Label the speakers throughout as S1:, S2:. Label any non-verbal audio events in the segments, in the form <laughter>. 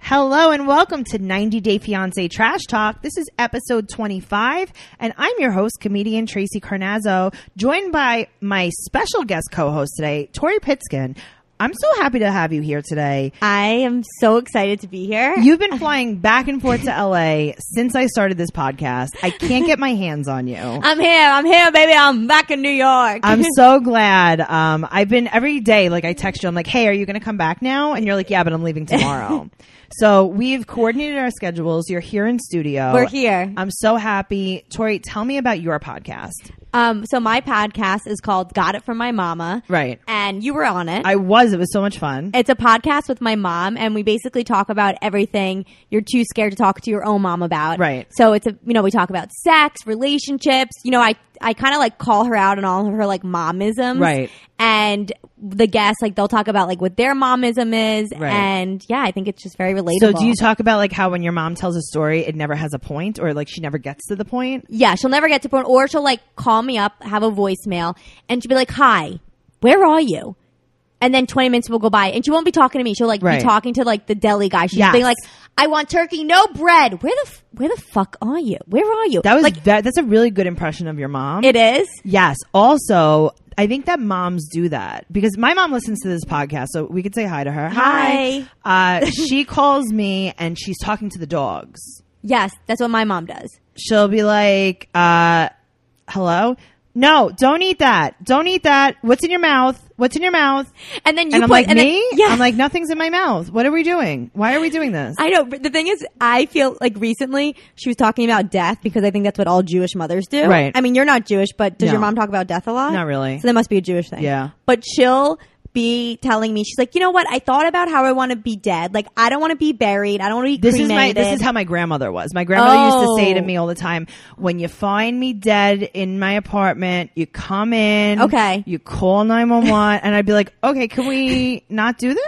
S1: Hello and welcome to 90 Day Fiance Trash Talk. This is episode 25 and I'm your host, comedian Tracy Carnazzo, joined by my special guest co-host today, Tori Pitskin. I'm so happy to have you here today.
S2: I am so excited to be here.
S1: You've been flying back and
S2: <laughs>
S1: forth to LA since I started this podcast. I can't get my hands on you.
S2: <laughs> I'm here. I'm here, baby. I'm back in New York.
S1: I'm
S2: <laughs>
S1: so glad. Um, I've been every day, like I text you, I'm like, hey, are you going to come back now? And you're like, yeah, but I'm
S2: <laughs>
S1: leaving tomorrow. so we've coordinated our schedules. You're here in studio.
S2: We're here.
S1: I'm so happy. Tori, tell me about your podcast.
S2: Um, so my podcast is called Got It From My Mama.
S1: Right.
S2: And you were on it.
S1: I was. It was so much fun.
S2: it's a podcast with my mom and we basically talk about everything you're too scared to talk to your own mom about.
S1: Right.
S2: So it's a, you know, we talk about sex, relationships, you know, I, I kind of like call her out on all of her like momisms.
S1: Right.
S2: And the guests, like they'll talk about like what their momism is.
S1: Right.
S2: And yeah, I think it's just very relatable.
S1: So do you talk about like how when your mom tells a story, it never has a point or like she never gets to the point?
S2: Yeah, she'll never get to point, or she'll like call me up, have a voicemail, and she'll be like, "Hi, where are you?" And then twenty minutes will go by, and she won't be talking to me. She'll like
S1: Right.
S2: be talking to like the deli guy. She's
S1: Yes.
S2: being like, "I want turkey, no bread. Where the f- where the fuck are you? Where are you?"
S1: That was
S2: like
S1: that, that's a really good impression of your mom.
S2: it is.
S1: Yes. Also, I think that moms do that because my mom listens to this podcast, so we could say hi to her.
S2: Hi.
S1: Uh,
S2: <laughs>
S1: she calls me and she's talking to the dogs.
S2: Yes, that's what my mom does.
S1: She'll be like, uh, "Hello, no, don't eat that. Don't eat that. What's in your mouth? What's in your mouth?"
S2: And then you
S1: and I'm
S2: put-
S1: like,
S2: and then-
S1: "Me?
S2: yeah.
S1: I'm like, nothing's in my mouth. What are we doing? Why are we doing this?"
S2: I know, but the thing is, I feel like recently she was talking about death because I think that's what all Jewish mothers do.
S1: Right.
S2: I mean, you're not Jewish, but does
S1: No.
S2: your mom talk about death a lot?
S1: Not really.
S2: So that must be a Jewish thing.
S1: Yeah.
S2: But she'll be telling me, she's like, you know what? I thought about how I want to be dead. Like, I don't want to be buried. I don't want to be
S1: This is my
S2: cremated.
S1: this is how my grandmother was. My grandmother used to
S2: Oh.
S1: say to me all the time, "When you find me dead in my apartment, you come in,
S2: Okay.
S1: you call nine one
S2: <laughs>
S1: one, and I'd be like, okay, can we not do this?"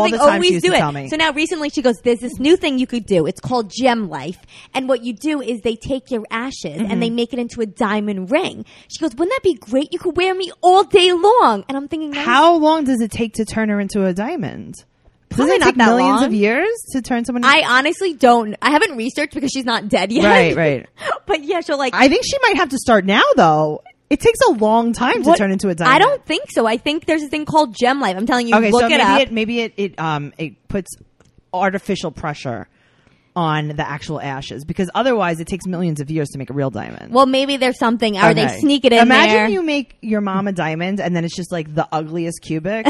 S1: all
S2: like,
S1: the time
S2: always
S1: she used
S2: do
S1: to
S2: it.
S1: tell me.
S2: So now recently she goes, there's this new thing you could do. It's called gem life. And what you do is they take your ashes and
S1: Mm-hmm.
S2: they make it into a diamond ring. She goes, wouldn't that be great? You could wear me all day long. And I'm thinking, that is
S1: How long does it take to turn her into a diamond? Doesn't
S2: Probably
S1: it
S2: not
S1: take
S2: that
S1: millions
S2: long.
S1: of years to turn someone?
S2: I honestly don't. I haven't researched because she's not dead <laughs> yet.
S1: right, right.
S2: But yeah, she'll like.
S1: I think she might have to start now, though. It takes a long time to
S2: what-
S1: turn into a diamond.
S2: I don't think so. I think there's a thing called gem life. I'm telling you,
S1: Okay,
S2: look
S1: so
S2: it
S1: maybe
S2: up.
S1: it maybe it, it um it puts artificial pressure on the actual ashes because otherwise it takes millions of years to make a real diamond.
S2: well, maybe there's something, or they
S1: Okay.
S2: sneak it in
S1: Imagine
S2: there.
S1: you make your mom a diamond and then it's just like the ugliest
S2: <laughs>
S1: cubic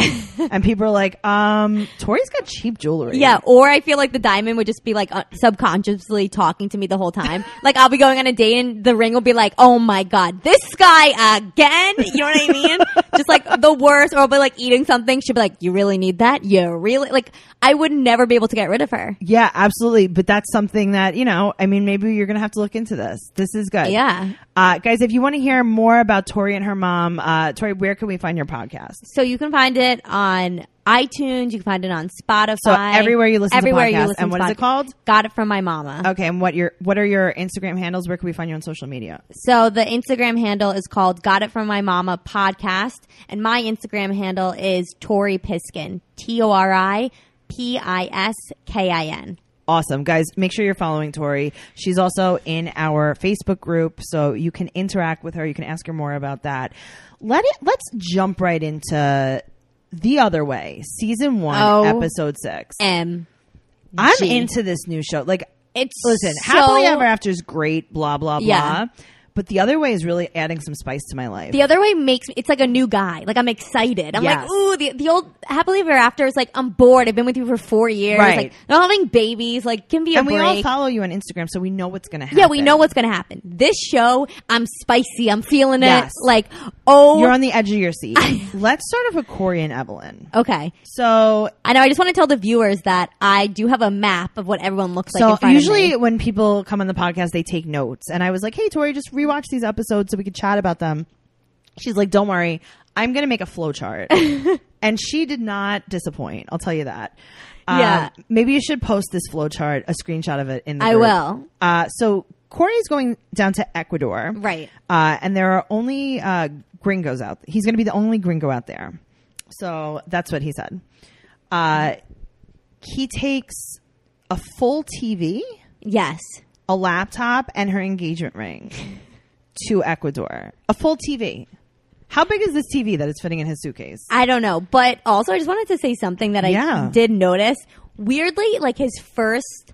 S1: and people are like, um, Tori's got cheap jewelry.
S2: yeah, or I feel like the diamond would just be like uh, subconsciously talking to me the
S1: <laughs>
S2: whole time. like I'll be going on a date and the ring will be like, "Oh my god, this guy again." You know what
S1: <laughs>
S2: I mean? just like the worst. Or I'll be like eating something. She'll be like, "You really need that? You really like?" I would never be able to get rid of her.
S1: Yeah, absolutely. But that's something that, you know, I mean, maybe you're going to have to look into this. This is good.
S2: Yeah.
S1: Uh, guys, if you want to hear more about Tori and her mom, uh, Tori, where can we find your podcast?
S2: So you can find it on iTunes. You can find it on Spotify.
S1: So everywhere you listen to podcasts. And what
S2: to
S1: is it
S2: podcasts.
S1: called? Oh.
S2: Got it from my mama.
S1: Okay, and what your what are your Instagram handles? Where can we find you on social media?
S2: So the Instagram handle is called Got It From My Mama Podcast. And my Instagram handle is Tori Piskin. T O R I P I S K I N.
S1: Awesome, guys! Make sure you're following Tori. She's also in our Facebook group, so you can interact with her. You can ask her more about that. Let it. Let's jump right into the other way, season one,
S2: Oh.
S1: episode six.
S2: M.
S1: I'm
S2: Gee.
S1: into this new show. Like,
S2: It's
S1: listen,
S2: so-
S1: happily ever after is great. Blah blah
S2: Yeah.
S1: blah. But the other way is really adding some spice to my life.
S2: The other way makes me, it's like a new guy. Like I'm excited. I'm
S1: Yes.
S2: like, ooh, the, the old happily ever after is like, I'm bored. I've been with you for four years.
S1: Right.
S2: Like, I'm having babies. Like, give me a
S1: and we
S2: break.
S1: all follow you on Instagram, so we know what's going to happen.
S2: Yeah, we know what's going to happen. This show, I'm spicy. I'm feeling it.
S1: Yes.
S2: Like, oh,
S1: You're on the edge of your seat. Let's start off with Corey and Evelyn.
S2: okay.
S1: So,
S2: I know. I just want to tell the viewers that I do have a map of what everyone looks like.
S1: so
S2: in front of
S1: usually
S2: me.
S1: when people come on the podcast, they take notes, and I was like, "Hey, Tori, just rewatch these episodes so we could chat about them." She's like, "Don't worry, I'm going to make a flow chart,"
S2: <laughs>
S1: and she did not disappoint. I'll tell you that. Um,
S2: Yeah.
S1: maybe you should post this flow chart, a screenshot of it in the.
S2: I
S1: group.
S2: will.
S1: Uh, so Corey's going down to Ecuador,
S2: Right.
S1: Uh, and there are only uh, gringos out. He's going to be the only gringo out there. So that's what he said. Uh, he takes a full TV,
S2: Yes.
S1: a laptop, and her engagement ring <laughs> to Ecuador. A full TV. How big is this TV that is fitting in his suitcase?
S2: I don't know. But also, I just wanted to say something that I
S1: Yeah.
S2: did notice. Weirdly, like his first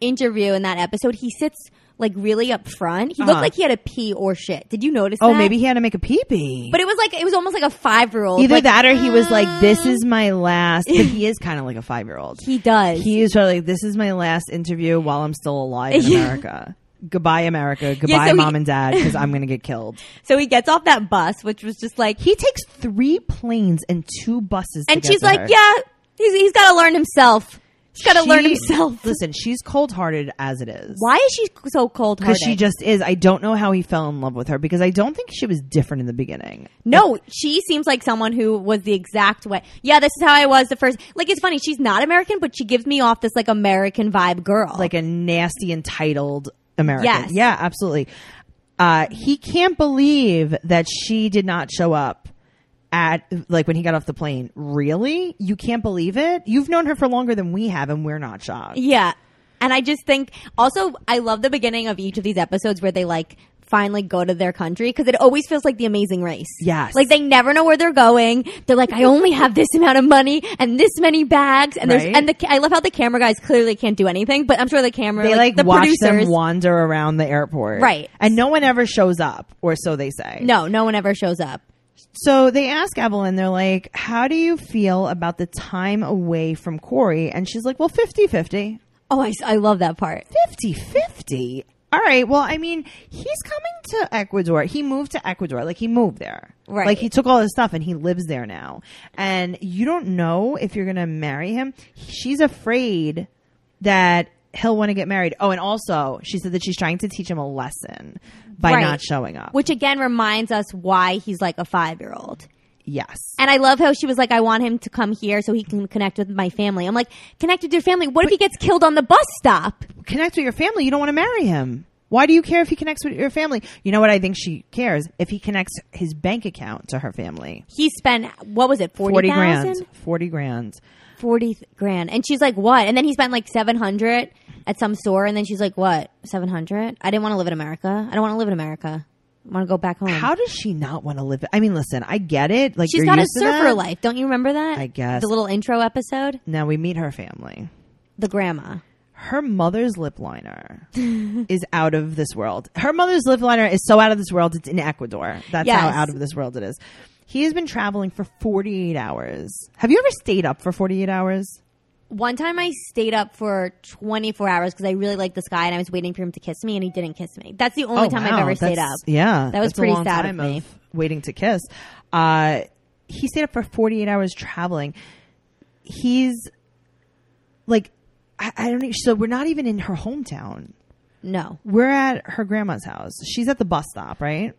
S2: interview in that episode, he sits like really up front. He
S1: Uh-huh.
S2: looked like he had a pee or shit. Did you notice
S1: Oh,
S2: that?
S1: maybe he had to make a pee pee.
S2: But it was like, it was almost like um, a five year old.
S1: Either that or he was like, this is my last. But
S2: <laughs>
S1: he is kind of like a five year old.
S2: He does.
S1: He is sort of like, this is my last interview while I'm still alive <laughs> in
S2: Yeah.
S1: America. Goodbye, America. Goodbye,
S2: so
S1: mom
S2: he-
S1: and dad, because I'm going to get killed.
S2: so he gets off that bus, which was just
S1: <laughs>
S2: like,
S1: He takes three planes and two buses. to
S2: and
S1: get
S2: she's
S1: to
S2: like,
S1: her.
S2: yeah, he's, he's got to learn himself. He's got to
S1: She-
S2: learn
S1: <laughs>
S2: himself.
S1: Listen, she's cold hearted as it is.
S2: Why is she so cold
S1: Because
S2: hearted?
S1: she just is. I don't know how he fell in love with her because I don't think she was different in the beginning.
S2: No, she seems like someone who was the exact way. Yeah, this is how I was the first. Like, it's funny. She's not American, but she gives me off this like American vibe girl.
S1: Like a nasty, entitled American.
S2: Yes.
S1: Yeah, absolutely. Uh, he can't believe that she did not show up at, like, when he got off the plane. Really? You can't believe it? You've known her for longer than we have, and we're not shocked.
S2: yeah. And I just think also I love the beginning of each of these episodes where they like finally go to their country because it always feels like the amazing race.
S1: Yes.
S2: Like they never know where they're going. They're like, I only have this amount of money and this many bags. And
S1: Right.
S2: there's, and the, ca- I love how the camera guys clearly can't do anything, but I'm sure the camera,
S1: They, like,
S2: the
S1: watch
S2: producers.
S1: them wander around the airport.
S2: Right.
S1: And no one ever shows up, or so they say.
S2: no, no one ever shows up.
S1: So they ask Evelyn, they're like, how do you feel about the time away from Corey? And she's like, well, 50 50.
S2: Oh, I, s- I love that part.
S1: 50 50? All right. Well, I mean, he's coming to Ecuador. He moved to Ecuador. Like, he moved there.
S2: Right.
S1: Like, he took all his stuff and he lives there now. And you don't know if you're going to marry him. She's afraid that he'll want to get married. Oh, and also, she said that she's trying to teach him a lesson by
S2: Right.
S1: not showing up.
S2: Which again reminds us why he's like a five year old.
S1: yes.
S2: And I love how she was like, I want him to come here so he can connect with my family. I'm like, connect with your family. What if he gets killed on the bus stop?
S1: connect with your family, you don't want to marry him. Why do you care if he connects with your family? You know what I think she cares? If he connects his bank account to her family.
S2: He spent, what was it, 40,
S1: 40
S2: grand?
S1: grand. 40 grand.
S2: 40 th- grand. And she's like, what? And then he spent like 700 at some store. And then she's like, what? 700? I didn't want to live in America. I don't want to live in America. I want to go back home.
S1: How does she not want to live? I mean, listen, I get it. Like
S2: She's
S1: you're
S2: got a
S1: used to
S2: surfer
S1: that.
S2: life. Don't you remember that?
S1: I guess.
S2: The little intro episode?
S1: Now we meet her family.
S2: The grandma.
S1: Her mother's lip
S2: <laughs>
S1: liner is out of this world. Her mother's lip liner is so out of this world. It's in Ecuador. That's how
S2: Yes.
S1: out of this world it is. He has been traveling for 48 hours. Have you ever stayed up for 48 hours?
S2: One time I stayed up for 24 hours because I really liked this guy and I was waiting for him to kiss me and he didn't kiss me. That's the only
S1: Oh,
S2: time
S1: wow.
S2: I've ever stayed
S1: That's-
S2: up.
S1: Yeah,
S2: That was
S1: that's a
S2: pretty
S1: long
S2: sad of
S1: time
S2: me.
S1: waiting to kiss. Uh, he stayed up for 48 hours traveling. He's like, I, I don't. e- So we're not even in her hometown.
S2: No.
S1: We're at her grandma's house. She's at the bus stop, right?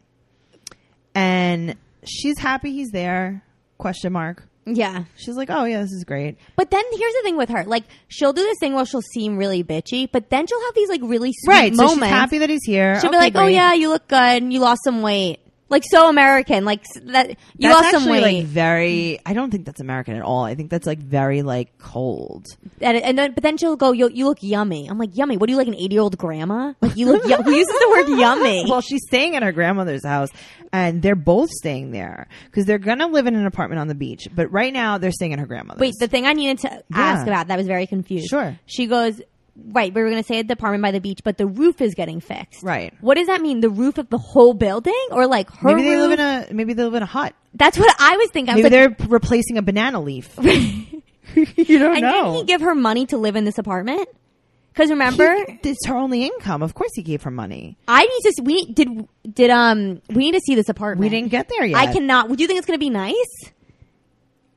S1: And she's happy he's there. Question mark.
S2: Yeah.
S1: She's like, oh yeah, this is great.
S2: But then here's the thing with her. Like, she'll do this thing where she'll seem really bitchy, but then she'll have these, like, really sweet
S1: Right. So
S2: moments.
S1: she's happy that he's here.
S2: She'll be
S1: Okay,
S2: like, oh,
S1: great.
S2: yeah, you look good and you lost some weight. Like, so American. Like, s- that you
S1: That's
S2: lost some
S1: actually,
S2: weight.
S1: like very. I don't think that's American at all. I think that's like very like cold.
S2: and, and then, but then she'll go, you, you look yummy. I'm like, yummy. What are you, like, an 80 year old grandma? Like, you look, yum- <laughs> who uses the word yummy?
S1: Well, she's staying at her grandmother's house, and they're both staying there because they're gonna live in an apartment on the beach. But right now, they're staying at her grandmother's.
S2: Wait, the thing I needed to ask about that was very confused.
S1: Sure.
S2: She goes, right, we were going to say the apartment by the beach, but the roof is getting fixed.
S1: Right.
S2: What does that mean? The roof of the whole building or like her
S1: maybe they
S2: roof?
S1: live in a maybe they live in a hut.
S2: That's what I was thinking. I was
S1: Maybe
S2: like,
S1: they're p- replacing a banana
S2: <laughs>
S1: leaf. you don't
S2: and
S1: know.
S2: didn't he give her money to live in this apartment? Because remember,
S1: it's her only income. Of course, he gave her money.
S2: I need to. s- We need- did did um we need to see this apartment.
S1: We didn't get there yet.
S2: I cannot. Do you think it's going to be nice?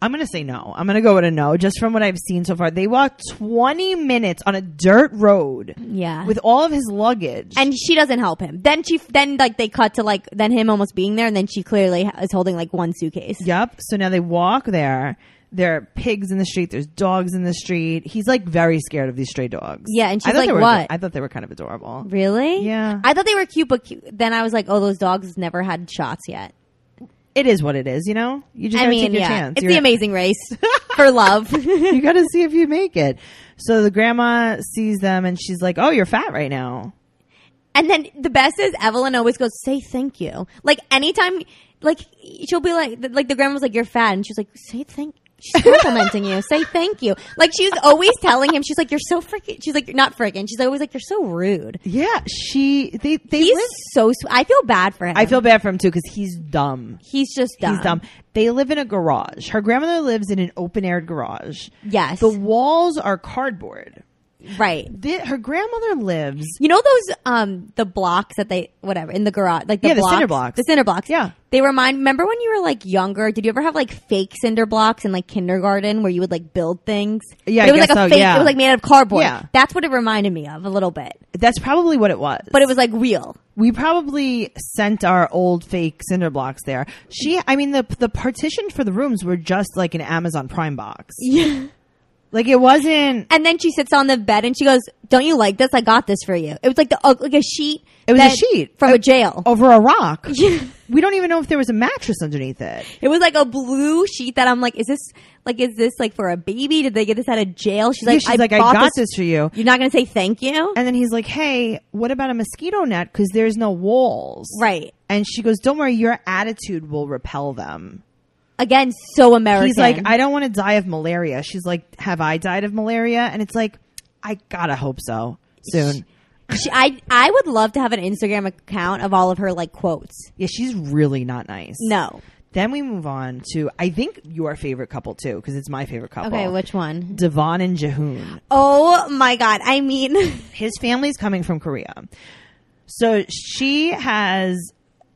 S1: I'm gonna say no. I'm gonna go with a no. Just from what I've seen so far, they walked 20 minutes on a dirt road.
S2: Yeah.
S1: With all of his luggage.
S2: And she doesn't help him. Then she then like they cut to like then him almost being there, and then she clearly ha- is holding like one suitcase.
S1: Yep. So now they walk there. There are pigs in the street. There's dogs in the street. He's like very scared of these stray dogs.
S2: Yeah, and
S1: I
S2: she's
S1: thought
S2: like,
S1: they were,
S2: "What?"
S1: I thought they were kind of adorable.
S2: Really?
S1: Yeah.
S2: I thought they were cute, but cu then I was like, oh, those dogs never had shots yet.
S1: it is what it is, you know? You just
S2: I
S1: gotta
S2: mean,
S1: take your
S2: yeah,
S1: chance.
S2: it's
S1: You're-
S2: the amazing race
S1: <laughs>
S2: for love. <laughs>
S1: you gotta see if you make it. So the grandma sees them and she's like, Oh, you're fat right now.
S2: And then the best is Evelyn always goes, "Say thank you." Like anytime, like she'll be like, like the grandma's like, "You're fat," and she's like, "Say thank." She's complimenting you. Say thank you. Like she's always telling him. She's like, "You're so freaking." She's like, "You're not freaking." She's always like, "You're so rude."
S1: Yeah, she they they
S2: He's
S1: live
S2: so. Sw- I feel bad for him.
S1: I feel bad for him too because he's dumb.
S2: he's just dumb.
S1: He's dumb. They live in a garage. Her grandmother lives in an open air garage.
S2: Yes,
S1: The walls are cardboard.
S2: right.
S1: Thi- her grandmother lives.
S2: You know those um the blocks that they whatever in the garage like the
S1: Yeah, the
S2: blocks,
S1: cinder blocks.
S2: the cinder blocks
S1: Yeah.
S2: they remind remember when you were like younger did you ever have like fake cinder blocks in like kindergarten where you would like build things
S1: Yeah,
S2: But it
S1: I
S2: was
S1: guess
S2: like a
S1: so,
S2: fake
S1: yeah.
S2: it was like made out of cardboard
S1: Yeah.
S2: that's what it reminded me of a little bit
S1: That's probably what it was.
S2: but it was like real
S1: we probably sent our old fake cinder blocks there. She, I mean, the the partition for the rooms were just like an Amazon Prime box.
S2: yeah
S1: Like it wasn't.
S2: and then she sits on the bed and she goes don't you like this I got this for you it was like the ug- like a sheet
S1: It was a
S2: that-
S1: sheet
S2: from
S1: Uh,
S2: a jail
S1: over a
S2: <laughs>
S1: rock. We don't even know if there was a mattress underneath it.
S2: It was like a blue sheet that I'm like, is this like is this like for a baby? Did they get this out of jail? She's
S1: Yeah,
S2: like,
S1: she's like, I
S2: bought
S1: got this for you.
S2: You're not gonna say thank you,
S1: And then he's like, "Hey, what about a mosquito net? Because there's no walls,
S2: right?
S1: And she goes, "Don't worry, your attitude will repel them."
S2: Again, so American.
S1: He's like, I don't want to die of malaria. She's like, Have I died of malaria? And it's like, I gotta hope so soon.
S2: she, I I would love to have an Instagram account of all of her like quotes.
S1: Yeah, she's really not nice.
S2: No,
S1: Then we move on to, I think, your favorite couple too, because it's my favorite couple.
S2: okay, which one?
S1: Devon and Jahoon.
S2: Oh my god! I mean,
S1: <laughs> His family's coming from Korea. So she has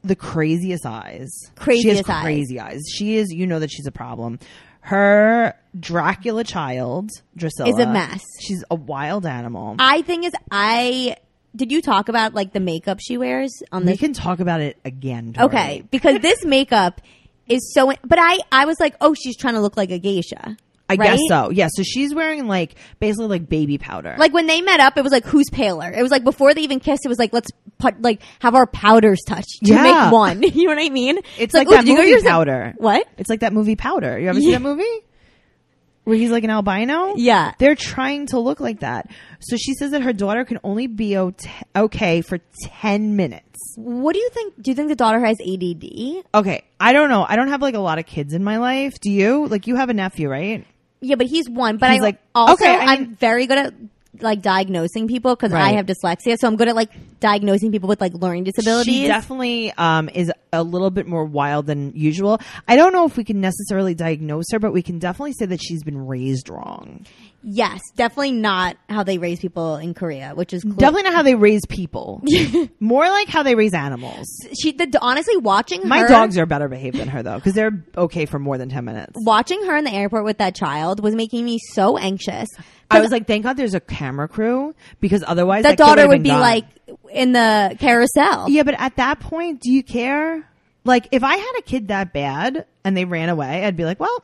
S1: the craziest eyes. She has
S2: Craziest eyes.
S1: crazy eyes. She is, you know that she's a problem. Her Dracula child, Drusilla,
S2: mess.
S1: She's a wild animal.
S2: I think is I did you talk about like the makeup she wears on
S1: We
S2: this?
S1: can talk about it again. Tori.
S2: Okay, because this makeup is so. But I I was like, oh, she's trying to look like a geisha.
S1: I
S2: right?
S1: guess so. Yeah. So she's wearing like basically like baby powder.
S2: Like when they met up, it was like who's paler. It was like before they even kissed, it was like let's put like have our powders touch to
S1: Yeah.
S2: make one. <laughs> you know what I mean?
S1: it's like,
S2: ooh,
S1: that
S2: did you go
S1: movie
S2: yours-
S1: powder.
S2: What?
S1: It's like that movie powder. You ever
S2: Yeah.
S1: seen that movie? Where he's like an albino?
S2: Yeah.
S1: They're trying to look like that. So she says that her daughter can only be o- t- okay for 10 minutes.
S2: What do you think? Do you think the daughter has ADD?
S1: Okay. I don't know. I don't have like a lot of kids in my life. Do you? Like you have a nephew, right?
S2: Yeah, but he's one. But
S1: He's
S2: I
S1: like,
S2: like also
S1: okay, I mean-
S2: I'm very good at like diagnosing people because
S1: Right.
S2: I have dyslexia, so I'm good at like diagnosing people with like learning disabilities.
S1: She definitely um, is a little bit more wild than usual. I don't know if we can necessarily diagnose her, but we can definitely say that she's been raised wrong.
S2: yes, definitely not how they raise people in Korea, which is cool.
S1: Definitely not how they raise <laughs> people. more like how they raise animals.
S2: she. The, honestly, watching
S1: My
S2: her-
S1: dogs are better behaved than her though, because they're okay for more than ten minutes.
S2: watching her in the airport with that child was making me so anxious.
S1: I was like, thank God there's a camera crew, because otherwise
S2: that
S1: kid
S2: daughter
S1: would've
S2: would
S1: been
S2: be
S1: gone.
S2: like in the carousel.
S1: yeah, but at that point, do you care? Like, if I had a kid that bad and they ran away, I'd be like, well,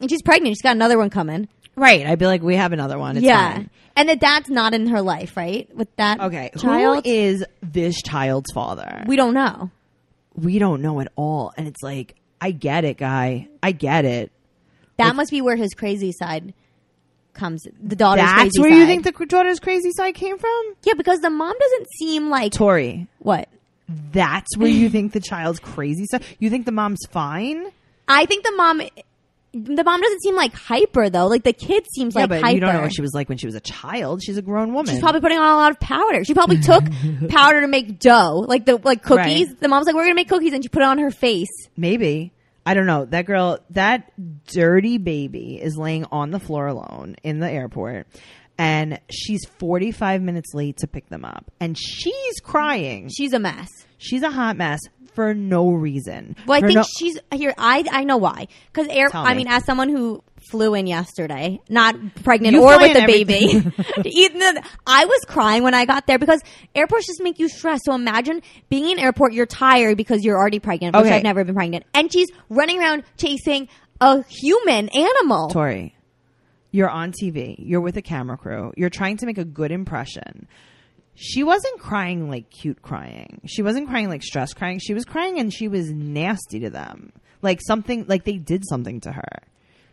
S2: And she's pregnant. She's got another one coming.
S1: right. I'd be like, we have another one. It's
S2: yeah.
S1: fine.
S2: And that dad's not in her life, right? With that
S1: Okay.
S2: child.
S1: Who is this child's father?
S2: we don't know.
S1: We don't know at all, and it's like, I get it, guy. I get it.
S2: That must be where his crazy side comes. The daughter's
S1: That's
S2: crazy
S1: where you
S2: side.
S1: think the daughter's crazy side came from,
S2: yeah, because the mom doesn't seem like
S1: Tori.
S2: what.
S1: That's where
S2: <laughs>
S1: you think the child's crazy side. You think the mom's fine.
S2: I think the mom. The mom doesn't seem like hyper though. Like the kid seems
S1: Yeah,
S2: like
S1: but
S2: hyper.
S1: you don't know what she was like when she was a child. She's a grown woman.
S2: She's probably putting on a lot of powder. She
S1: <laughs>
S2: probably took powder to make dough, like the like cookies.
S1: Right.
S2: The mom's like, "We're gonna make cookies," and she put it on her face.
S1: Maybe. I don't know. That girl, that dirty baby is laying on the floor alone in the airport and she's 45 minutes late to pick them up and she's crying.
S2: She's a mess.
S1: She's a hot mess for no reason.
S2: Well, I
S1: For
S2: think
S1: no-
S2: she's here. I I know why. Because air.
S1: Tell
S2: I
S1: me.
S2: mean, as someone who flew in yesterday, not pregnant
S1: You
S2: or
S1: fly
S2: with
S1: in
S2: a baby, <laughs>
S1: <laughs>
S2: Even- I was crying when I got there because airports just make you stressed. So imagine being in an airport, you're tired because you're already pregnant, which
S1: Okay.
S2: I've never been pregnant, and she's running around chasing a human animal.
S1: Tori, you're on TV. You're with a camera crew. You're trying to make a good impression. She wasn't crying like cute crying. She wasn't crying like stress crying. She was crying and she was nasty to them. Like something, like they did something to her.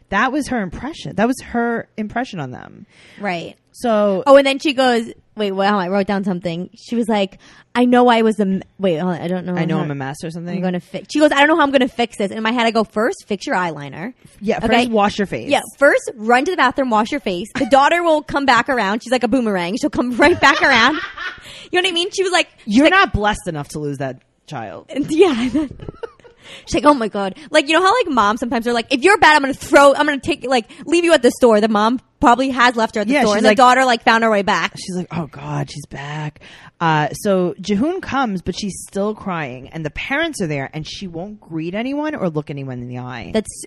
S1: That was her impression. That was her impression on them.
S2: Right.
S1: So
S2: Oh, and then she goes, wait, well, I wrote down something. She was like, I know I was a, m- wait, hold on, I don't know.
S1: I know
S2: how-
S1: I'm a mess or something.
S2: I'm going to fix. She goes, I don't know how I'm going to fix this. In my head, I go, first, fix your eyeliner.
S1: yeah, first wash your face.
S2: Yeah, first run to the bathroom, wash your face. The daughter will come back around. She's like a boomerang. She'll come <laughs> right back around. You know what I mean? She was like, <laughs>
S1: You're not blessed enough to lose that child.
S2: And yeah. She's like, oh my god! Like you know how like moms sometimes are like, if you're bad, I'm gonna throw, I'm gonna take like leave you at the store. The mom probably has left her at the
S1: Yeah,
S2: store,
S1: she's
S2: and
S1: like-
S2: the daughter like found her way back.
S1: She's like, oh God, she's back. Uh, so Jehoon comes, but she's still crying, and the parents are there, and she won't greet anyone or look anyone in the eye.
S2: That's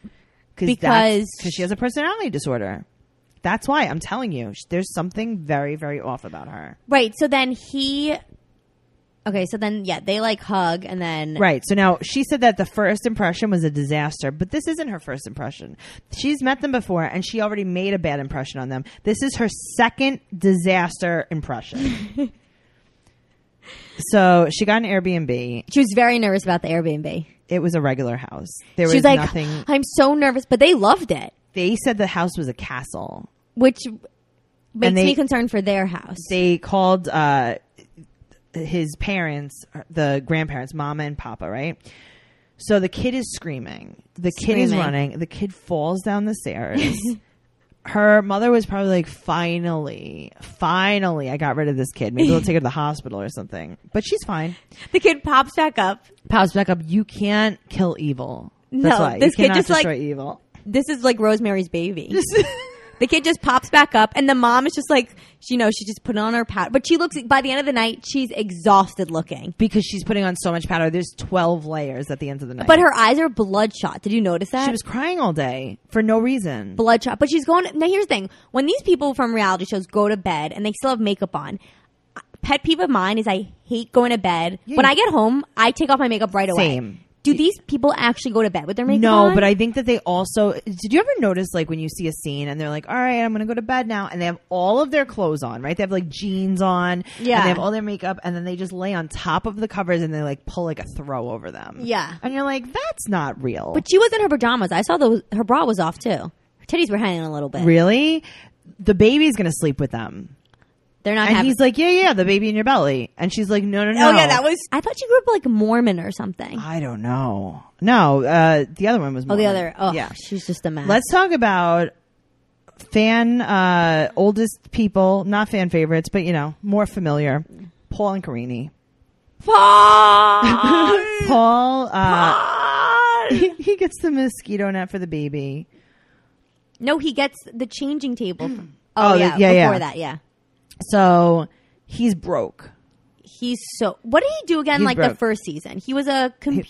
S1: that's-
S2: because-
S1: 'cause she has a personality disorder. That's why I'm telling you, sh- there's something very, very off about her.
S2: right. So then he, okay. So then yeah, they like hug, and then
S1: Right. So now she said that the first impression was a disaster, but this isn't her first impression. She's met them before and she already made a bad impression on them. This is her second disaster impression. so she got an Airbnb.
S2: she was very nervous about the Airbnb.
S1: It was a regular house. There was,
S2: She was like,
S1: nothing.
S2: I'm so nervous, but they loved it,
S1: They said the house was a castle.
S2: which makes
S1: they-
S2: me concerned for their house.
S1: They called uh, his parents, uh, the grandparents, mama and papa, right? So the kid is screaming. The kid is
S2: Screaming.
S1: running. The kid falls down the
S2: <laughs>
S1: stairs. her mother was probably like, finally, finally, I got rid of this kid. Maybe they'll take her to the hospital or something. But she's fine.
S2: the kid pops back up.
S1: Pops back up. You can't kill evil.
S2: No,
S1: That's why.
S2: this
S1: you
S2: kid
S1: cannot
S2: just, like-
S1: destroy evil.
S2: This is like Rosemary's Baby. <laughs>
S1: <laughs>
S2: The kid just pops back up, and the mom is just like, she knows she just put on her pad. But she looks, by the end of the night, she's exhausted looking.
S1: because she's putting on so much powder. There's 12 layers at the end of the night.
S2: But her eyes are bloodshot. Did you notice that?
S1: she was crying all day for no reason.
S2: bloodshot. But she's going, now here's the thing when these people from reality shows go to bed and they still have makeup on, pet peeve of mine is I hate going to bed.
S1: Yeah,
S2: when
S1: you-
S2: I get home, I take off my makeup right away.
S1: Same.
S2: Do these people actually go to bed with their makeup
S1: No,
S2: on?
S1: but I think that they also. Did you ever notice, like, when you see a scene and they're like, "All right, I'm going to go to bed now," and they have all of their clothes on, right? They have like jeans on,
S2: Yeah.
S1: And they have all their makeup, and then they just lay on top of the covers and they like pull like a throw over them,
S2: Yeah.
S1: And you're like, "That's not real."
S2: But she was in her pajamas. I saw the, her bra was off too. Her titties were hanging a little bit.
S1: <laughs> really, the baby's going to sleep with them,
S2: They're not
S1: and
S2: having.
S1: he's like, "Oh, "Yeah, yeah, the baby in your belly," and she's like, "No, no,
S2: Oh,
S1: no."
S2: I thought she grew up like Mormon or something.
S1: I don't know. No, uh, the other one was.
S2: Oh, the
S1: Mormon.
S2: other. Oh,
S1: yeah.
S2: she's just a mess. <laughs>
S1: Let's talk about fan uh, oldest people, not fan favorites, but you know, more familiar. Paul and Carini. <laughs> Paul, uh, he, <laughs> he gets the mosquito net for the baby.
S2: no, he gets the changing table. Oh,
S1: <clears throat> Oh,
S2: yeah,
S1: yeah, yeah.
S2: before that, yeah.
S1: So he's broke.
S2: He's so. What did he do again?
S1: He's
S2: like the
S1: broke.
S2: first season, he was a. Com-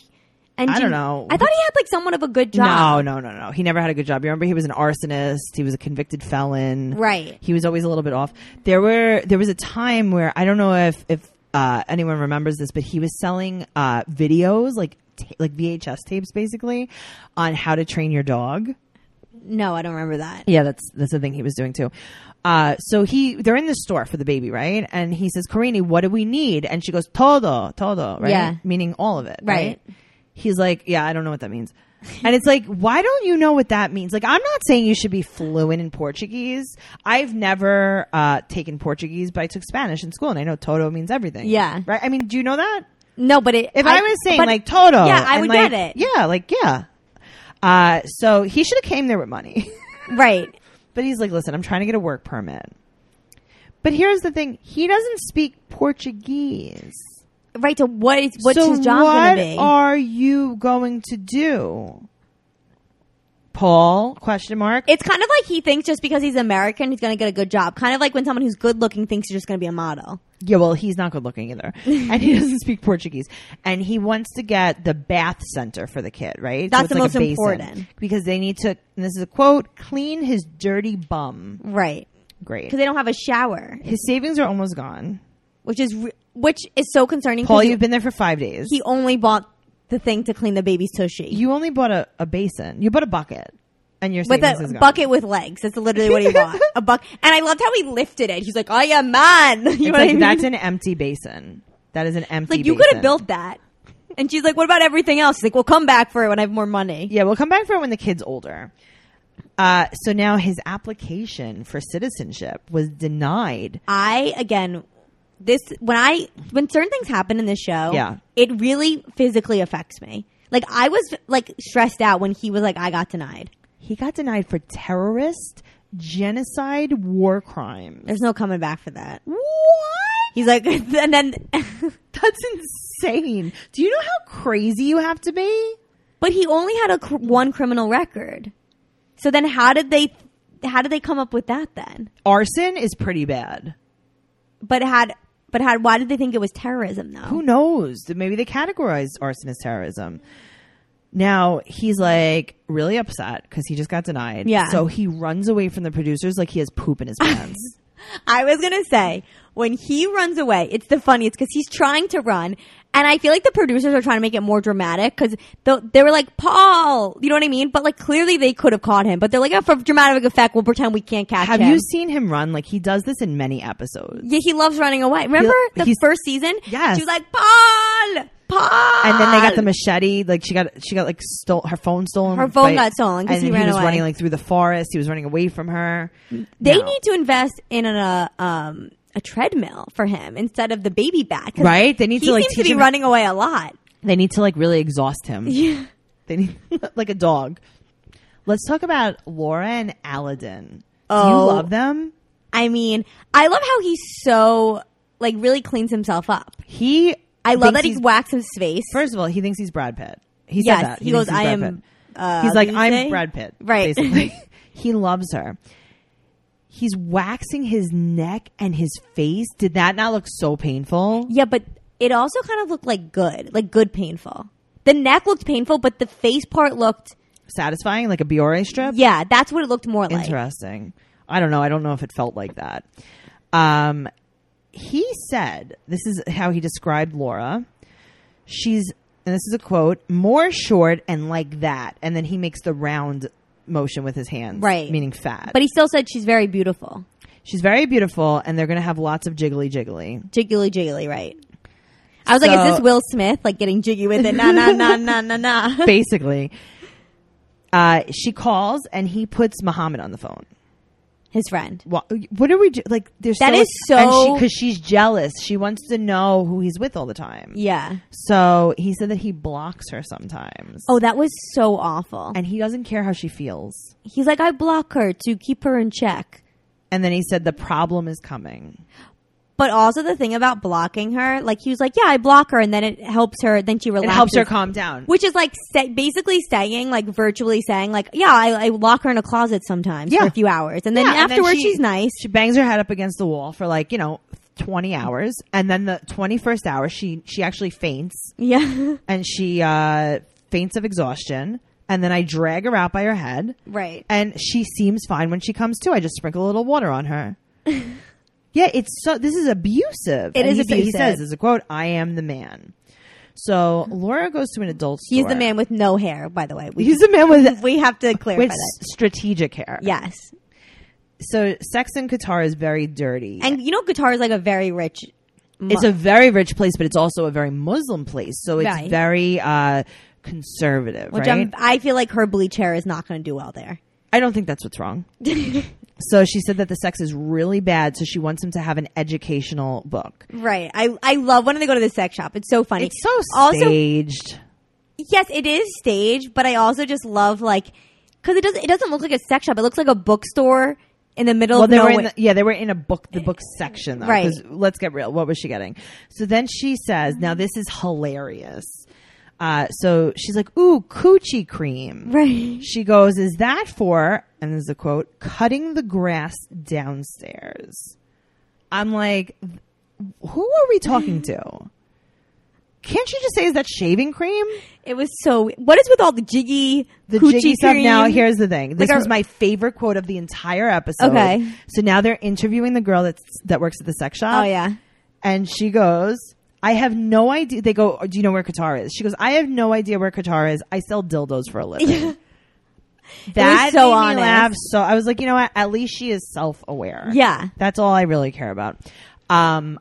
S2: and
S1: I don't know.
S2: I thought he had like somewhat of a good
S1: No,
S2: job.
S1: no, no, no. He never had a good job. You remember he was an arsonist. He was a convicted felon.
S2: Right.
S1: He was always a little bit off. There were there was a time where I don't know if if uh, anyone remembers this, but he was selling uh, videos like ta like VHS tapes basically on how to train your dog.
S2: No, I don't remember that.
S1: Yeah, that's that's the thing he was doing too. Uh, so he they're in the store for the baby, right? And he says, "Karini, what do we need?" And she goes, "Todo, todo," right?
S2: Yeah.
S1: Meaning all of it,
S2: Right.
S1: right? He's like, "Yeah, I don't know what that means." And it's like, why don't you know what that means? Like, I'm not saying you should be fluent in Portuguese. I've never uh, taken Portuguese, but I took Spanish in school, and I know todo means everything.
S2: Yeah.
S1: right. I mean, do you know that?
S2: No, but it,
S1: If I, was saying
S2: but-
S1: like Toto,
S2: yeah, I
S1: and,
S2: would
S1: like,
S2: get it.
S1: Yeah, like yeah. Uh, so he should have came there with money. <laughs>
S2: Right.
S1: But he's like, listen, I'm trying to get a work permit. But here's the thing: he doesn't speak Portuguese.
S2: Right. So what is what's
S1: so
S2: his job
S1: what
S2: going to be?
S1: are you going to do, Paul? Question mark.
S2: it's kind of like he thinks just because he's American, he's going to get a good job. Kind of like when someone who's good looking thinks you're just going to be a model.
S1: yeah, well, he's not good looking
S2: <laughs>
S1: either, and he doesn't speak Portuguese. And he wants to get the bath center for the kid, right?
S2: That's
S1: it's
S2: the most
S1: basin,
S2: important.
S1: because they need to. And this is a quote: "Clean his dirty bum."
S2: Right.
S1: Great.
S2: Because they don't have a shower,
S1: His savings are almost gone.
S2: which is re- which is so concerning. 'cause
S1: Paul,
S2: he-
S1: you've been there for five days.
S2: he only bought the thing to clean the baby's tushy.
S1: You only bought a, a basin. You bought a bucket, and your
S2: with
S1: savings is
S2: a
S1: gone.
S2: bucket with legs. That's literally what he bought. a buck. And I loved how he lifted it. He's like, I am man. <laughs> You
S1: It's
S2: know
S1: like,
S2: what I mean?
S1: That's an empty basin. That is an empty.
S2: like you
S1: basin.
S2: could have built that. And she's like, what about everything else? She's like, well, come back for it when I have more money.
S1: Yeah, we'll come back for it when the kid's older. Uh, so now his application for citizenship was denied.
S2: I again this when I when certain things happen in this show,
S1: Yeah.
S2: it really physically affects me. Like I was like stressed out when he was like I got denied.
S1: He got denied for terrorist, genocide, war crimes.
S2: There's no coming back for that.
S1: What?
S2: He's like <laughs> and then
S1: That's insane. Do you know how crazy you have to be?
S2: but he only had a cr- one criminal record. So then how did they how did they come up with that then?
S1: Arson is pretty bad.
S2: But had but had why did they think it was terrorism though?
S1: Who knows? Maybe they categorized arson as terrorism. Now he's like really upset because he just got denied.
S2: Yeah.
S1: So he runs away from the producers like he has poop
S2: <laughs>
S1: in his pants.
S2: I was gonna say when he runs away, it's the funniest because he's trying to run, and I feel like the producers are trying to make it more dramatic because they were like Paul, you know what I mean? But like clearly they could have caught him, but they're like oh, for dramatic effect, we'll pretend we can't catch
S1: Have
S2: him.
S1: you seen him run? Like he does this in many episodes.
S2: yeah, he loves running away. Remember
S1: He'll-
S2: the
S1: he's-
S2: first season?
S1: Yes.
S2: she was like Paul, Paul,
S1: And then they got the machete. Like she got, she got like stole her phone stolen.
S2: Her phone got stolen 'cause
S1: and
S2: he ran
S1: was
S2: away.
S1: running like through the forest. He was running away from her.
S2: They
S1: No.
S2: need to invest in a um a treadmill for him instead of the baby back. 'cause
S1: Right? They need
S2: he
S1: to, like,
S2: seems to
S1: teach
S2: be
S1: him-
S2: running away a lot.
S1: They need to like really exhaust him.
S2: Yeah.
S1: They need <laughs> like a dog. Let's talk about Laura and Aladdin. Do
S2: Oh.
S1: you love them?
S2: I mean, I love how he's so like really cleans himself up.
S1: He,
S2: I love
S1: thinks
S2: that he
S1: he's-
S2: whacks his face.
S1: First of all, he thinks he's Brad Pitt. He
S2: Yes,
S1: said that.
S2: he
S1: thinks
S2: goes,
S1: he's
S2: "I
S1: Brad
S2: am,
S1: Pitt."
S2: uh,
S1: he's
S2: what
S1: like,
S2: did he
S1: I'm
S2: say?"
S1: Brad Pitt.
S2: Right. <laughs>
S1: Basically. he loves her. He's waxing his neck and his face. Did that not look so painful?
S2: yeah, but it also kind of looked like good, like good painful. The neck looked painful, but the face part looked
S1: Satisfying, like a Biore strip?
S2: yeah, that's what it looked more like.
S1: Interesting. I don't know. I don't know if it felt like that. Um, he said, this is how he described Laura. She's, and this is a quote, more short and like that. And then he makes the round motion with his hands.
S2: Right.
S1: Meaning fat.
S2: But he still said she's very beautiful.
S1: She's very beautiful, and they're going to have lots of jiggly jiggly. <laughs>
S2: Jiggly jiggly, right? I was like, is
S1: So-
S2: this Will Smith like getting jiggy with
S1: <laughs>
S2: it? Nah, nah, nah, nah, nah, nah.
S1: Basically, uh, she calls and he puts Muhammad on the phone.
S2: His friend.
S1: Wha- What are we do? Like, there's
S2: That
S1: so
S2: is so-
S1: because she's jealous. She wants to know who he's with all the time.
S2: Yeah.
S1: So he said that he blocks her sometimes,
S2: Oh, that was so awful.
S1: and he doesn't care how she feels.
S2: He's like, I block her to keep her in check.
S1: And then he said the problem is coming.
S2: But also the thing about blocking her, like he was like, "Yeah, I block her," and then it helps her. Then she
S1: It
S2: relaxes.
S1: helps her calm down.
S2: which is like sa- basically saying, like virtually saying, like, "Yeah, I, I lock her in a closet sometimes for
S1: Yeah.
S2: a few hours, and then
S1: Yeah, and then
S2: afterwards
S1: she-
S2: she's nice."
S1: She bangs her head up against the wall for like you know twenty hours, and then the twenty first hour, she she actually faints.
S2: <laughs> Yeah,
S1: and she uh, faints of exhaustion. And then I drag her out by her head,
S2: right.
S1: and she seems fine when she comes to. I just sprinkle a little water on
S2: <laughs>
S1: her. yeah, it's so. This is abusive.
S2: It
S1: It
S2: is
S1: is he, sa- He
S2: abusive.
S1: says, "Is a quote. I am the man."
S2: <laughs>
S1: So Laura goes to an adult store.
S2: He's the man with no hair, by the way. We,
S1: He's the man with
S2: <laughs> we have to clarify
S1: with
S2: that.
S1: strategic hair.
S2: Yes,
S1: So sex in Qatar is very dirty.
S2: and you know, guitar is like a very rich. mu-
S1: it's a very rich place, but it's also a very Muslim place. So it's
S2: Right.
S1: very uh, conservative.
S2: which
S1: right?
S2: I'm, I feel like her bleach hair is not going to do well there.
S1: I don't think that's what's
S2: <laughs>
S1: wrong. so she said that the sex is really bad, so she wants him to have an educational book.
S2: Right. I I love when they go to the sex shop. It's so funny.
S1: It's so
S2: also
S1: staged.
S2: Yes, it is staged, but I also just love like because it doesn't it doesn't look like a sex shop. It looks like a bookstore in the middle
S1: Well,
S2: of
S1: they were
S2: nowhere.
S1: in the, yeah, they were in a book, the book section though.
S2: Right.
S1: 'cause Let's get real. What was she getting? So then she says, "Now this is hilarious." Uh, so she's like, "Ooh, coochie cream."
S2: right.
S1: She goes, "Is that for?" And there's a quote: "Cutting the grass downstairs." I'm like, who are we talking to? Can't you just say, "Is that shaving cream?"
S2: It was so. What is with all the jiggy
S1: The
S2: coochie
S1: jiggy stuff.
S2: cream?
S1: Now, here's the thing. This
S2: Like our-
S1: was my favorite quote of the entire episode.
S2: Okay.
S1: So now they're interviewing the girl that's that works at the sex shop.
S2: Oh yeah.
S1: And she goes, "I have no idea." They go, "Do you know where Qatar is?" She goes, "I have no idea where Qatar is. I sell dildos for a
S2: <laughs>
S1: living." That
S2: so
S1: made
S2: honest.
S1: me laugh. So I was like, you know what? At least she is self aware.
S2: Yeah.
S1: that's all I really care about. Um,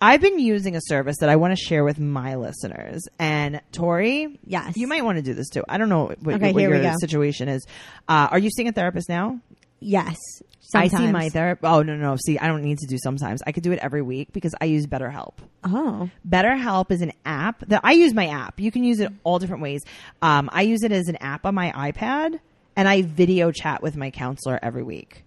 S1: I've been using a service that I want to share with my listeners. And Tori,
S2: Yes.
S1: you might want to do this too. I don't know what,
S2: Okay,
S1: what
S2: here we
S1: your
S2: go.
S1: situation is. Uh, are you seeing a therapist now?
S2: Yes.
S1: I see
S2: sometimes.
S1: my therapist. Oh no, no, no. See, I don't need to do sometimes. I could do it every week because I use BetterHelp.
S2: Oh.
S1: BetterHelp is an app that I use my app. You can use it all different ways. Um, I use it as an app on my iPad, and I video chat with my counselor every week.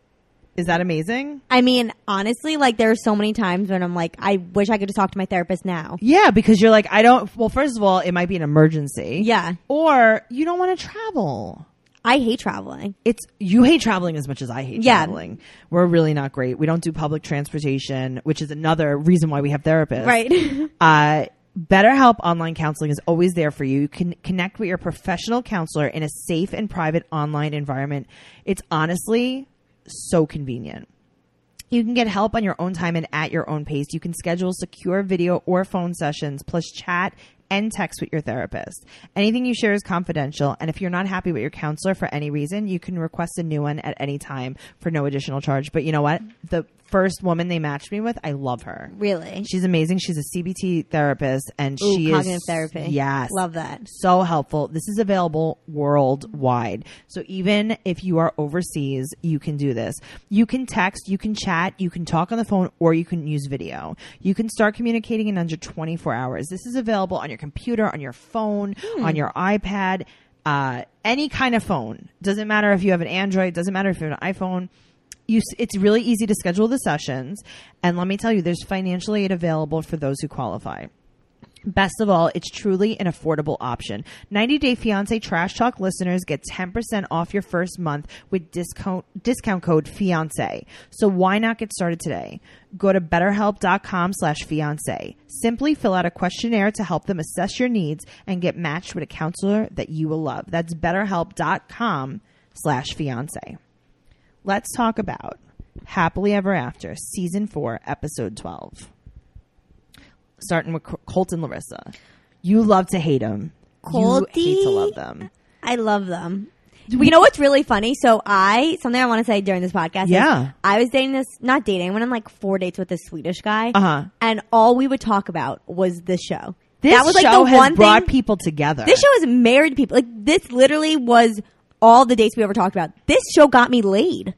S1: Is that amazing?
S2: I mean, honestly, like there are so many times when I'm like, I wish I could just talk to my therapist now.
S1: Yeah, because you're like, I don't. Well, first of all, it might be an emergency.
S2: Yeah.
S1: or you don't want to travel.
S2: I hate traveling.
S1: It's you hate traveling as much as I hate
S2: Yeah.
S1: traveling. We're really not great. We don't do public transportation, which is another reason why we have therapists.
S2: Right. <laughs>
S1: Uh, BetterHelp online counseling is always there for you. You can connect with your professional counselor in a safe and private online environment. It's honestly so convenient. You can get help on your own time and at your own pace. You can schedule secure video or phone sessions, plus chat and text with your therapist. Anything you share is confidential, and if you're not happy with your counselor for any reason, you can request a new one at any time for no additional charge. But you know what? The first woman they matched me with, I love her.
S2: really?
S1: She's amazing. She's a CBT therapist, and
S2: Ooh,
S1: she
S2: cognitive
S1: is
S2: therapy.
S1: Yes,
S2: Love that.
S1: So helpful. This is available worldwide. So even if you are overseas, you can do this. You can text, you can chat, you can talk on the phone, or you can use video. You can start communicating in under 24 hours. This is available on your computer, on your phone, on your iPad, uh, any kind of phone. Doesn't matter if you have an Android. Doesn't matter if you have an iPhone you s- it's really easy to schedule the sessions and let me tell you there's financial aid available for those who qualify Best of all, it's truly an affordable option. 90 Day Fiance Trash Talk listeners get 10% off your first month with discount discount code fiance. So why not get started today? Go to betterhelp.com slash fiance. Simply fill out a questionnaire to help them assess your needs and get matched with a counselor that you will love. That's betterhelp.com slash fiance. Let's talk about Happily Ever After, Season 4, Episode 12 starting with Col- Colt and Larissa. You love to hate them. You hate to
S2: Colty?
S1: love them.
S2: I love them. Well, you know what's really funny? So I something I want to say during this podcast. is
S1: Yeah.
S2: I was dating this not dating. I went on like four dates with this Swedish guy,
S1: Uh-huh.
S2: and all we would talk about was this show.
S1: This
S2: that was
S1: show
S2: like the
S1: has
S2: one
S1: brought
S2: thing.
S1: people together.
S2: this show is married people. Like this literally was all the dates we ever talked about. This show got me laid.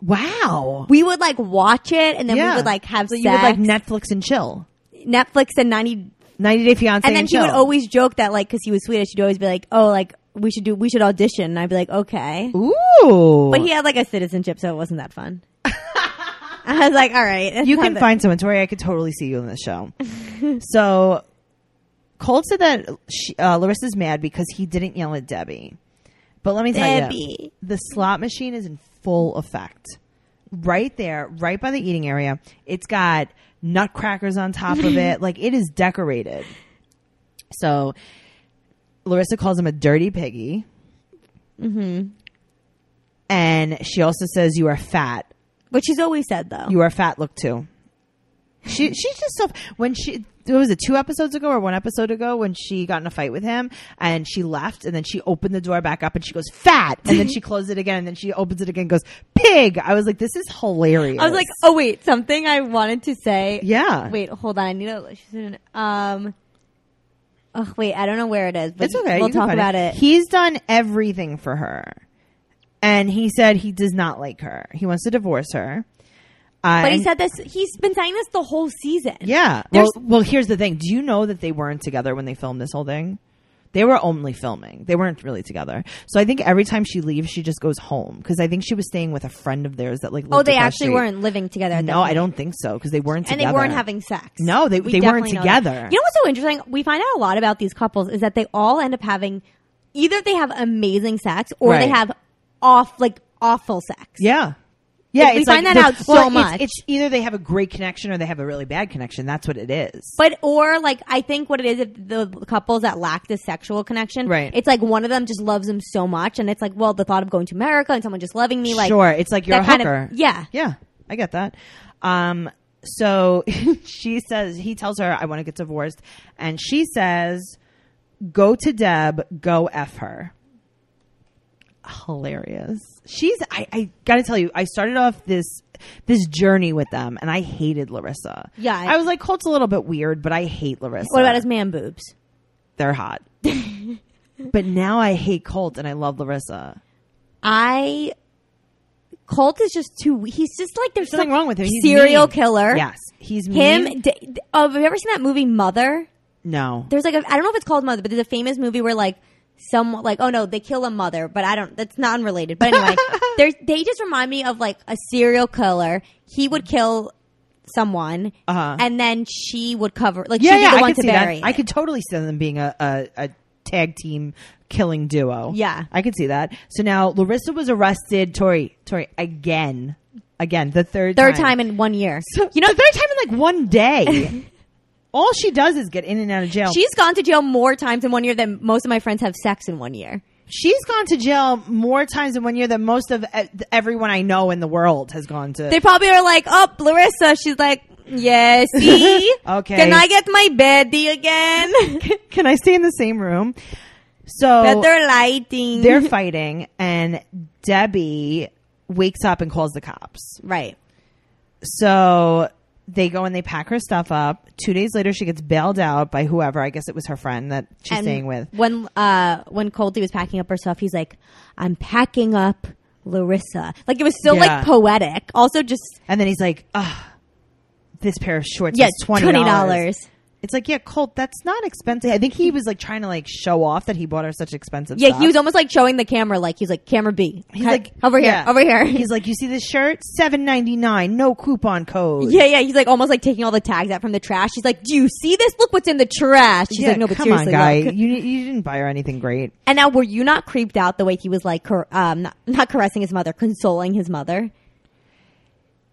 S1: wow.
S2: We would like watch it, and then
S1: yeah.
S2: we would like have
S1: so
S2: sex,
S1: you would like Netflix and chill.
S2: Netflix and ninety
S1: 90 Day Fiance
S2: and then she
S1: chill.
S2: would always joke that like because he was Swedish, she'd always be like, "Oh, like we should do, we should audition." And I'd be like, "Okay,"
S1: Ooh.
S2: but he had like a citizenship, so it wasn't that fun. <laughs> I was like, "All right, it's
S1: you
S2: not
S1: can
S2: that-
S1: find someone. Tori, I could totally see you in this
S2: <laughs>
S1: show. so Colt said that she, uh, Larissa's mad because he didn't yell at Debbie. But let me tell you,
S2: Debbie.
S1: the slot machine is in full effect. Right there, right by the eating area. It's got nutcrackers on top of
S2: <laughs>
S1: it. Like it is decorated. So Larissa calls him a dirty piggy. Mm-hmm. And she also says, You are fat.
S2: which she's always said though.
S1: You are fat look too. She she's just so when she what was it two episodes ago or one episode ago when she got in a fight with him and she left and then she opened the door back up and she goes fat and then
S2: <laughs>
S1: she closed it again and then she opens it again and goes pig. I was like this is hilarious.
S2: I was like, "Oh wait, something I wanted to say."
S1: yeah,
S2: Wait, hold on. I need to. Um. Oh wait, I don't know where it is, but
S1: it's okay.
S2: We'll
S1: you can
S2: talk
S1: find
S2: about it.
S1: He's done everything for her, and he said he does not like her. He wants to divorce her. Uh,
S2: but he
S1: and-
S2: said this. He's been saying this the whole season.
S1: Yeah. Well,
S2: There's-
S1: well, here's the thing. Do you know that they weren't together when they filmed this whole thing? They were only filming. They weren't really together. So I think every time she leaves, she just goes home because I think she was staying with a friend of theirs that like.
S2: Oh,
S1: lived
S2: they
S1: across
S2: actually
S1: street.
S2: weren't living together. At that
S1: No, I
S2: point.
S1: don't think so because they weren't.
S2: and
S1: together.
S2: they weren't having sex.
S1: No, they-
S2: We
S1: they weren't
S2: definitely know that.
S1: together.
S2: You know what's so interesting? We find out a lot about these couples is that they all end up having either they have amazing sex or they
S1: Right.
S2: have off like awful sex.
S1: Yeah. Yeah,
S2: Like, we
S1: it's
S2: find
S1: like
S2: that
S1: the-
S2: out so
S1: well, it's-
S2: much.
S1: It's, either they have a great connection or they have a really bad connection. That's what it is.
S2: But or like I think what it is if the couples that lack this sexual connection,
S1: Right.
S2: It's like one of them just loves him so much, and it's like, well, the thought of going to America and someone just loving me, like
S1: sure, it's like you're
S2: that
S1: a
S2: kind of-
S1: hooker.
S2: yeah.
S1: yeah, I get that. Um, so <laughs> she says he tells her, "I want to get divorced," and she says, "Go to Deb, go f her." hilarious. She's I, I gotta tell you, I started off this this journey with them and I hated Larissa.
S2: Yeah,
S1: I,
S2: I-
S1: was like, Colt's a little bit weird, but I hate Larissa.
S2: What about his man boobs?
S1: They're
S2: <laughs>
S1: hot. but now I hate Colt and I love Larissa.
S2: I Colt is just too. He's just like there's
S1: There's nothing
S2: some
S1: wrong with him. He's
S2: serial
S1: mean.
S2: killer.
S1: Yes. He's
S2: Him.
S1: mean.
S2: D- d- oh, have you ever seen that movie Mother?
S1: No.
S2: There's like a, I don't know if it's called Mother, but there's a famous movie where like someone like oh no they kill a mother, but I don't. That's not unrelated.
S1: <laughs>
S2: But anyway, there's they just remind me of like a serial killer. He would kill someone,
S1: Uh-huh.
S2: and then she would cover like
S1: Yeah,
S2: she'd
S1: yeah,
S2: be the
S1: I
S2: one
S1: could
S2: to
S1: see that.
S2: bury.
S1: I
S2: it.
S1: could totally see them being a, a, a tag team killing duo.
S2: Yeah.
S1: I could see that. So now Larissa was arrested, Tori, Tori, again. Again, the third
S2: third time in one year.
S1: you know, the third time in like one
S2: <laughs>
S1: day. All she does is get in and out of jail.
S2: She's gone to jail more times in one year than most of my friends have sex in one year.
S1: she's gone to jail more times in one year than most of uh, everyone I know in the world has gone to.
S2: They probably are like, oh, Larissa. She's like, yes. see?
S1: <laughs> Okay.
S2: Can I get my beddie again?
S1: Can I stay in the same room? So
S2: Better lighting.
S1: Oh,
S2: <laughs>
S1: they're fighting, and Debbie wakes up and calls the cops.
S2: right.
S1: So they go and they pack her stuff up. Two days later, she gets bailed out by whoever. I guess it was her friend that she's
S2: And
S1: staying with.
S2: When uh when Colty was packing up her stuff, he's like, I'm packing up Larissa. Like it was still
S1: Yeah.
S2: like poetic. Also just
S1: And then he's like, ugh, this pair of shorts
S2: yeah,
S1: is
S2: twenty
S1: $20.
S2: dollars.
S1: It's like, yeah, Colt, that's not expensive. I think he was like trying to like show off that he bought her such expensive
S2: Yeah,
S1: stuff.
S2: he was almost like showing the camera, like he's like, camera B.
S1: He's like
S2: over here,
S1: yeah.
S2: over here. <laughs>
S1: He's like, you see this shirt, seven ninety nine, no coupon code.
S2: Yeah, yeah. He's like almost like taking all the tags out from the trash. He's like, "Do you see this? Look what's in the trash." She's
S1: Yeah,
S2: like, "No, but
S1: come
S2: seriously,
S1: on, guy,
S2: look."
S1: you you didn't buy her anything great.
S2: And now, were you not creeped out the way he was like, cor- um, not, not caressing his mother, consoling his mother?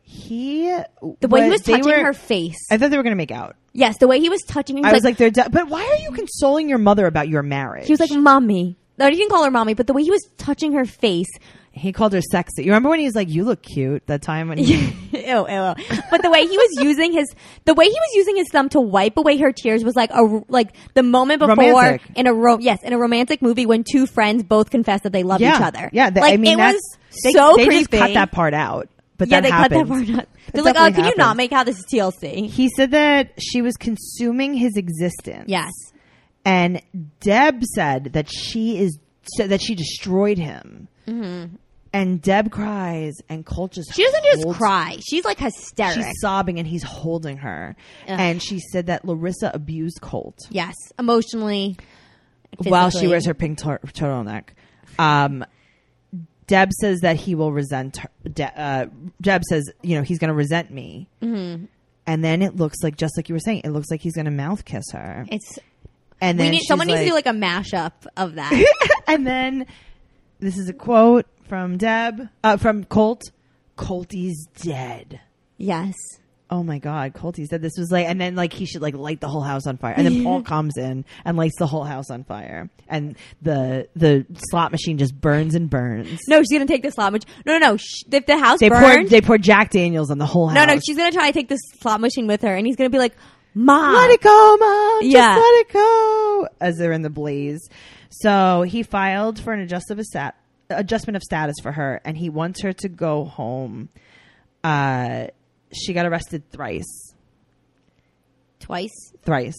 S1: He
S2: The way he was touching her face.
S1: I thought they were gonna make out.
S2: yes, the way he was touching. He was
S1: I
S2: like,
S1: was like, they're de- but why are you consoling your mother about your marriage?
S2: he was like, "Mommy." No, he didn't call her mommy, but the way he was touching her face. <laughs>
S1: he called her sexy. You remember when he was like, you look cute that time
S2: <laughs>
S1: when he,
S2: ew, ew, ew. But the way he was using his, the way he was using his thumb to wipe away her tears was like a like the moment before
S1: Romantic.
S2: in a ro- yes in a romantic movie when two friends both confess that they love
S1: yeah,
S2: each other.
S1: yeah. They,
S2: like
S1: I mean,
S2: it
S1: that's,
S2: was
S1: they,
S2: so
S1: they
S2: creepy.
S1: just cut that part out, but
S2: yeah,
S1: that
S2: they
S1: happened.
S2: cut that part out.
S1: That
S2: They're like, oh,
S1: definitely
S2: can you not
S1: happened.
S2: make out this is TLC?
S1: He said that she was consuming his existence.
S2: Yes.
S1: and Deb said that she is said that she destroyed him. And Deb cries, and Colt just
S2: Mm-hmm. She doesn't just
S1: holds-
S2: cry. She's like hysteric.
S1: She's sobbing, and he's holding her.
S2: Ugh.
S1: And she said that Larissa abused Colt.
S2: yes, emotionally.
S1: while she
S2: physically.
S1: wears her pink tur- turtleneck. Um, Deb says that he will resent. Her, De- uh, Deb says, you know, he's going to resent me.
S2: Mm-hmm.
S1: And then it looks like, just like you were saying, it looks like he's going to mouth kiss her.
S2: It's
S1: And
S2: we
S1: then
S2: need
S1: she's
S2: someone
S1: like,
S2: needs to do like a mashup of that. <laughs>
S1: and then this is a quote from Deb, uh, from Colt. Colty's dead.
S2: yes.
S1: Oh my God, Colty's dead. This was like, and then like he should like light the whole house on fire. And
S2: <laughs>
S1: then Paul comes in and lights the whole house on fire. And the the slot machine just burns and burns.
S2: No, she's gonna take the slot machine. No, no, no. Sh- if the house
S1: They
S2: burned,
S1: poured they poured Jack Daniels on the whole
S2: no,
S1: house.
S2: no, she's gonna try to take the slot machine with her, and he's gonna be like, "Mom,
S1: let it go, mom.
S2: Yeah.
S1: Just let it go. As they're in the blaze. So he filed for an adjustment of stat adjustment of status for her, and he wants her to go home. Uh, she got arrested thrice.
S2: <laughs> twice."
S1: Thrice.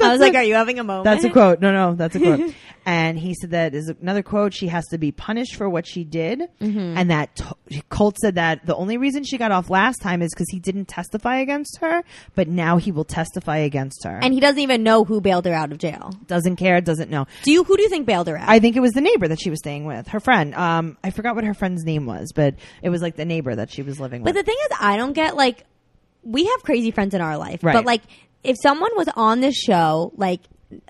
S2: I was like, "Are you having a moment?" <laughs>
S1: That's a quote. No, no, that's a quote. and he said that is another quote. She has to be punished for what she did,
S2: Mm-hmm.
S1: and that t- Colt said that the only reason she got off last time is because he didn't testify against her, but now he will testify against her.
S2: and he doesn't even know who bailed her out of jail.
S1: doesn't care, doesn't know.
S2: Do you? Who do you think bailed her out?
S1: I think it was the neighbor that she was staying with, her friend. Um, I forgot what her friend's name was, but it was like the neighbor that she was living
S2: But
S1: with.
S2: the thing is, I don't get like we have crazy friends in our life,
S1: Right.
S2: but like if someone was on this show, like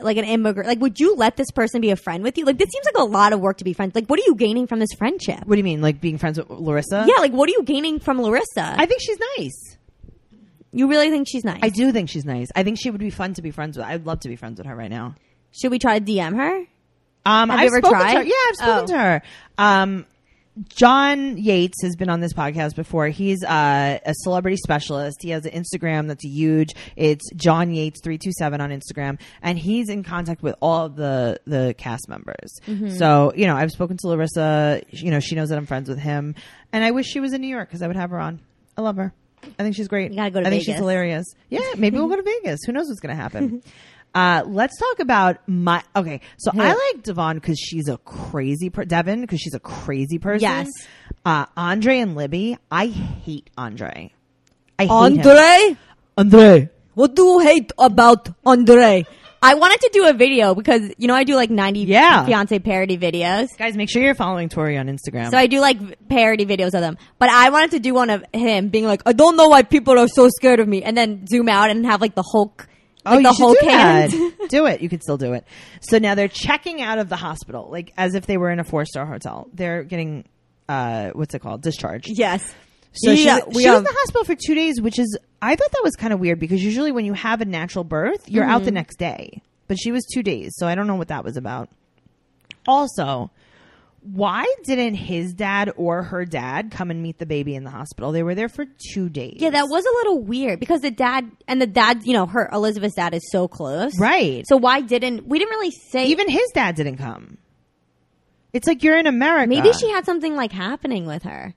S2: like an immigrant, like would you let this person be a friend with you? Like this seems like a lot of work to be friends. Like what are you gaining from this friendship?
S1: what do you mean, like being friends with Larissa?
S2: Yeah, like what are you gaining from Larissa?
S1: I think she's nice.
S2: you really think she's nice?
S1: I do think she's nice. I think she would be fun to be friends with. I'd love to be friends with her right now.
S2: Should we try to DM her?
S1: Um, I've
S2: Have you ever
S1: spoken to
S2: tried?
S1: her. Yeah, I've spoken
S2: Oh.
S1: to her. Um, John Yates has been on this podcast before. He's uh, a celebrity specialist. He has an Instagram that's huge. It's John Yates three two seven on Instagram, and he's in contact with all of the the cast members.
S2: Mm-hmm.
S1: So you know, I've spoken to Larissa. You know, she knows that I'm friends with him, and I wish she was in New York because I would have her on. I love her. I think she's great.
S2: You gotta go to
S1: I think she's
S2: Vegas.
S1: hilarious. Yeah, maybe we'll go to
S2: <laughs>
S1: Vegas. Who knows what's gonna happen? Uh, let's talk about my okay. So I like Devon because she's a crazy per- Devon because she's a crazy person.
S2: Yes.
S1: Uh, Andre and Libby. I hate Andre. I hate him.
S2: Andre,
S1: Andre.
S2: what do you hate about Andre? I wanted to do a video because you know I do like ninety
S1: Yeah.
S2: fiance parody videos.
S1: Guys, make sure you're following Tori on Instagram.
S2: So I do like v- parody videos of them. But I wanted to do one of him being like, I don't know why people are so scared of me, and then zoom out and have like the Hulk, like
S1: Oh,
S2: the
S1: you should
S2: Hulk
S1: do <laughs>
S2: hand. <laughs>
S1: that. do it. You can still do it. So now they're checking out of the hospital, like as if they were in a four star hotel. They're getting, uh, what's it called? Discharged.
S2: yes.
S1: So
S2: Yeah,
S1: she,
S2: we
S1: she was in
S2: have-
S1: the hospital for two days, which is I thought that was kind of weird because usually when you have a natural birth, you're out the
S2: Mm-hmm.
S1: next day. But she was two days, so I don't know what that was about. Also, why didn't his dad or her dad come and meet the baby in the hospital? They were there for two days.
S2: Yeah, that was a little weird because the dad and the dad, you know, her Elizabeth's dad is so close,
S1: Right.
S2: So why didn't we didn't really say
S1: even his dad didn't come. It's like you're in America.
S2: maybe she had something like happening with her.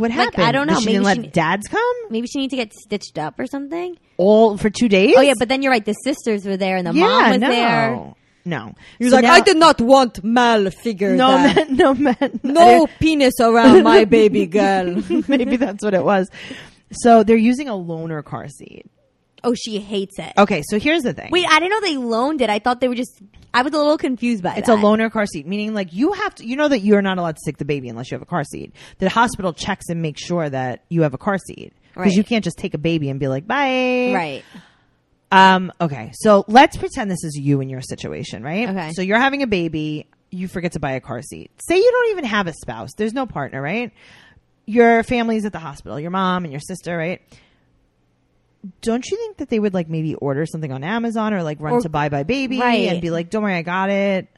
S1: what happened?
S2: I don't
S1: That
S2: know.
S1: She
S2: Maybe
S1: didn't
S2: she-
S1: let dads come
S2: Maybe she needed to get stitched up or something.
S1: all for two days.
S2: Oh yeah, but then you're right. The sisters were there and the
S1: yeah,
S2: mom was
S1: no,
S2: there.
S1: no.
S3: He was
S1: So
S3: like,
S1: now-
S3: I did not want male figure.
S1: no <laughs>
S3: that-
S1: man, no man,
S3: no penis around my <laughs> baby
S1: <laughs>
S3: girl.
S1: Maybe that's what it was. So they're using a loaner car seat.
S2: Oh, she hates it.
S1: Okay, so here's the thing.
S2: Wait, I didn't know they loaned it. I thought they were just. I was a little confused by
S1: it's a
S2: that.
S1: loaner car seat, meaning like you have to, you know that you're not allowed to take the baby unless you have a car seat. The hospital checks and makes sure that you have a car seat because
S2: Right.
S1: you can't just take a baby and be like, bye.
S2: Right.
S1: Um, okay. So let's pretend this is you in your situation, right?
S2: Okay.
S1: So you're having a baby, you forget to buy a car seat. Say you don't even have a spouse, there's no partner, right? Your family's at the hospital, your mom and your sister, right? Don't you think that they would like maybe order something on Amazon or like run
S2: Or-
S1: to Buy Buy Baby
S2: Right.
S1: and be like, don't worry, I got it?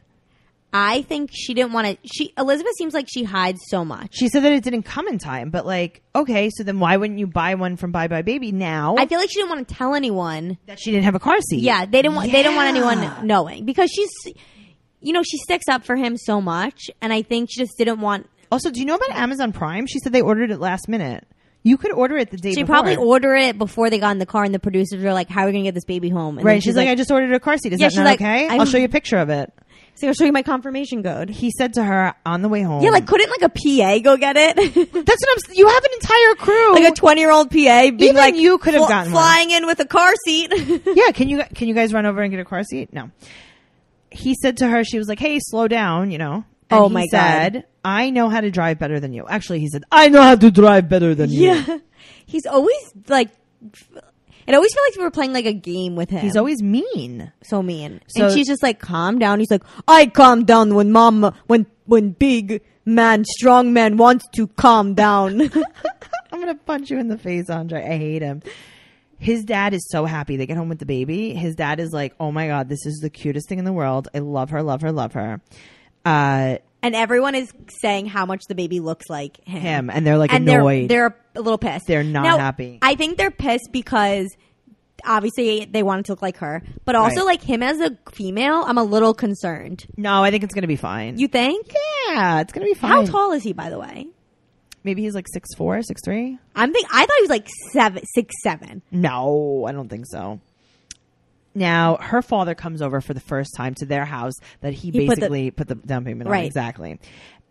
S2: I think she didn't want to. She Elizabeth seems like she hides so much.
S1: She said that it didn't come in time, but like, okay, so then why wouldn't you buy one from Buy Buy Baby now
S2: I feel like she didn't want to tell anyone.
S1: that she didn't have a car seat?
S2: Yeah, they didn't want. They didn't want
S1: Yeah.
S2: anyone knowing because she's, you know, she sticks up for him so much, and I think she just didn't want.
S1: Also, do you know about Amazon Prime? She said they ordered it last minute. You could order it the day
S2: She
S1: before.
S2: probably ordered it before they got in the car, and the producers were like, "How are we gonna get this baby home?" And
S1: Right.
S2: then
S1: She's, like, I just ordered a car seat. Is
S2: Yeah,
S1: that
S2: she's
S1: not
S2: like,
S1: okay? i
S2: I-
S1: will show you a picture of it.
S2: "So I'll show you my confirmation code."
S1: He said to her on the way home.
S2: Yeah, like couldn't like a PA go get it? <laughs>
S1: that's what I'm. s- You have an entire crew.
S2: like a twenty-year-old PA, being
S1: Even
S2: like,
S1: you could have gotten one.
S2: flying in with a car seat. <laughs>
S1: yeah. Can you can you guys run over and get a car seat? No. He said to her. She was like, Hey, slow down. You know. And
S2: Oh,
S1: he
S2: my God.
S1: said, I know how to drive better than you. Actually, he said, I know how to drive better than you.
S2: Yeah. He's always like, it always felt like we were playing like a game with him.
S1: He's always mean.
S2: so mean.
S1: So-
S2: and she's just like, calm down. He's like, "Oh,"
S3: I calm down when mom, when when big man, strong man wants to calm down.
S1: I'm gonna punch you in the face, Andre. I hate him. His dad is so happy. They get home with the baby. His dad is like, "Oh my god, this is the cutest thing in the world. I love her, love her, love her." Uh,
S2: and everyone is saying how much the baby looks like him.
S1: him, and they're like
S2: and
S1: annoyed.
S2: they're they're a little pissed.
S1: They're not
S2: Now,
S1: happy.
S2: I think they're pissed because obviously they want it to look like her, but also
S1: Right.
S2: like him as a female, I'm a little concerned.
S1: no, I think it's gonna be fine.
S2: You think?
S1: yeah, it's gonna be fine.
S2: How tall is he, by the way?
S1: Maybe he's like six four, six three.
S2: I'm think I thought he was like seven, six, seven.
S1: No, I don't think so. Now her father comes over for the first time to their house that he,
S2: He put the-
S1: basically put the, down payment on
S2: Right.
S1: exactly,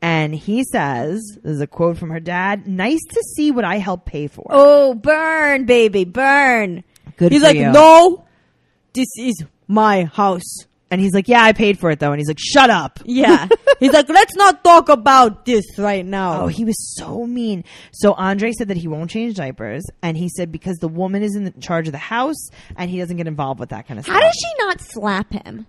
S1: and he says, "This is a quote from her dad. Nice to see what I help pay for."
S2: Oh, burn, baby, burn.
S1: Good
S3: He's
S1: for
S3: like,
S1: you.
S3: no, this is my house.
S1: And he's like, yeah, I paid for it though. And he's like, shut up.
S2: <laughs> Yeah.
S3: He's like, let's not talk about this right now.
S1: Oh, he was so mean. So Andre said that he won't change diapers. And he said because the woman is in the charge of the house and he doesn't get involved with that kind of
S2: How
S1: stuff.
S2: does she not slap him?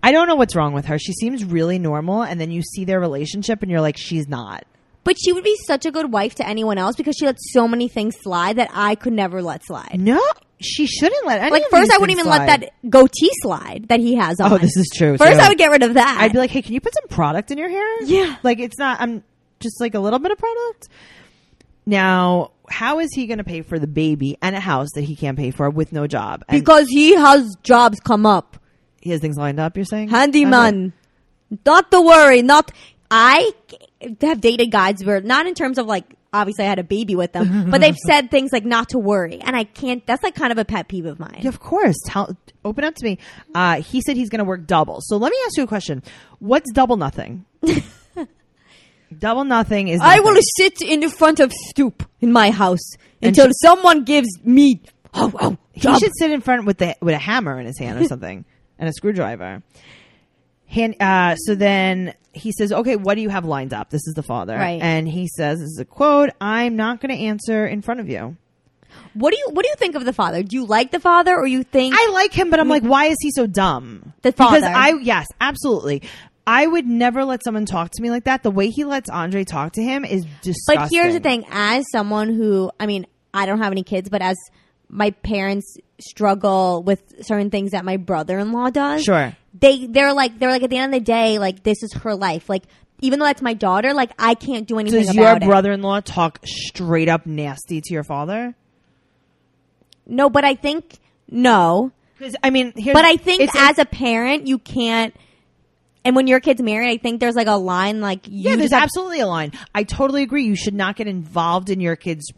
S1: I don't know what's wrong with her. She seems really normal. And then you see their relationship and you're like, she's not.
S2: But she would be such a good wife to anyone else because she lets so many things slide that I could never let slide.
S1: No, she shouldn't let any
S2: Like
S1: of
S2: first,
S1: these
S2: I wouldn't
S1: things
S2: even
S1: slide.
S2: let that goatee slide that he has on.
S1: this is true,
S2: First,
S1: too.
S2: I would get rid of that.
S1: I'd be like, hey, can you put some product in your hair?
S2: Yeah.
S1: Like it's not, I'm, just like a little bit of product. Now, how is he going to pay for the baby and a house that he can't pay for with no job? And
S3: because he has jobs come up.
S1: he has things lined up, you're saying?
S3: Handyman. Not to worry, not
S2: I have dated guys where not in terms of like obviously I had a baby with them, <laughs> but they've said things like not to worry, and I can't. That's like kind of a pet peeve of mine.
S1: Yeah, Of course. Tell, open up to me. Uh, he said he's going to work double. So let me ask you a question. What's double
S2: <laughs>
S1: nothing? double nothing is.
S3: I
S1: nothing.
S3: will sit in the front of stoop in my house until
S1: sh-
S3: someone gives me oh, oh,
S1: He
S3: job.
S1: should sit in front with the with a hammer in his hand
S2: <laughs>
S1: or something and a screwdriver. Hand, uh, so then he says, "Okay, what do you have lined up?" This is the father,
S2: Right.
S1: And he says, "This is a quote. I'm not going to answer in front of you.
S2: What do you What do you think of the father? Do you like the father, or you think
S1: I like him, but I'm like, why is he so dumb?
S2: The
S1: because
S2: father.
S1: I yes, absolutely. I would never let someone talk to me like that. The way he lets Andre talk to him is disgusting.
S2: But here's the thing: as someone who, I mean, I don't have any kids, but as my parents struggle with certain things that my brother-in-law does,
S1: Sure.
S2: they they're like they're like at the end of the day, like this is her life. Like even though that's my daughter, like I can't do anything
S1: Does your
S2: about it.
S1: brother-in-law talk straight up nasty to your father?
S2: No, but I think no,
S1: Because I mean, here's,
S2: but I think
S1: it's-
S2: as a parent, you can't. And when your kid's married, I think there's like a line like you
S1: yeah, there's
S2: just have-
S1: absolutely a line. I totally agree. You should not get involved in your kids'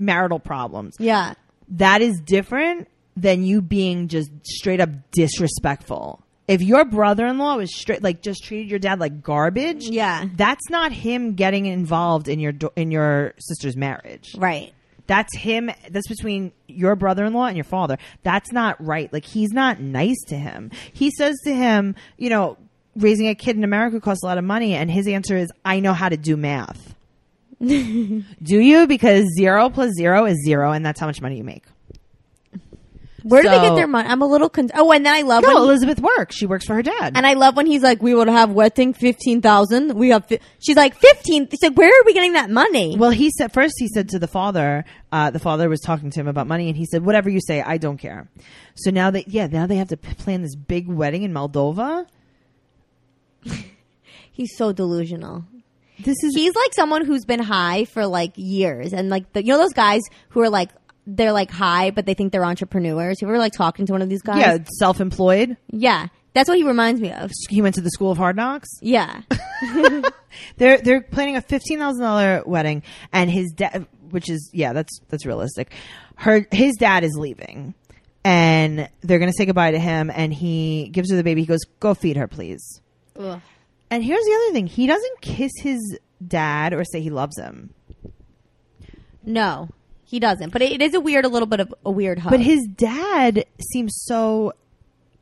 S1: marital problems.
S2: yeah.
S1: that is different than you being just straight up disrespectful. If your brother-in-law was straight like just treated your dad like garbage,
S2: Yeah.
S1: that's not him getting involved in your do- in your sister's marriage.
S2: Right.
S1: That's him. That's between your brother-in-law and your father. That's not right. Like he's not nice to him. He says to him, you know, raising a kid in America costs a lot of money, and his answer is, I know how to do math. do you? Because zero plus zero is zero, and that's how much money you make.
S2: Where do they get
S1: So-
S2: their money? I'm a little con- Oh, and then I love when
S1: No,
S2: he-
S1: Elizabeth works. She works for her dad.
S2: And I love when he's like, we would have wedding 15,000. We have, fi-. she's like, 15. He said, where are we getting that money?
S1: well, he said first. He said to the father. Uh, the father was talking to him about money, and he said, "Whatever you say, I don't care." So now they, yeah, now they have to p- plan this big wedding in Moldova.
S2: He's so delusional.
S1: This is
S2: He's like someone who's been high for like years. And like, the, you know, those guys who are like, they're like high, but they think they're entrepreneurs. You ever like talking to one of these guys?
S1: yeah, self-employed.
S2: Yeah. That's what he reminds me of.
S1: He went to the School of Hard Knocks.
S2: Yeah.
S1: They're they're planning a fifteen thousand dollar wedding, and his dad, which is yeah, that's that's realistic. Her his dad is leaving, and they're gonna say goodbye to him. And he gives her the baby. He goes, "Go feed her, please." And here's the other thing: he doesn't kiss his dad or say he loves him,
S2: no, he doesn't. But it, it is a weird, a little bit of a weird hug.
S1: but his dad seems so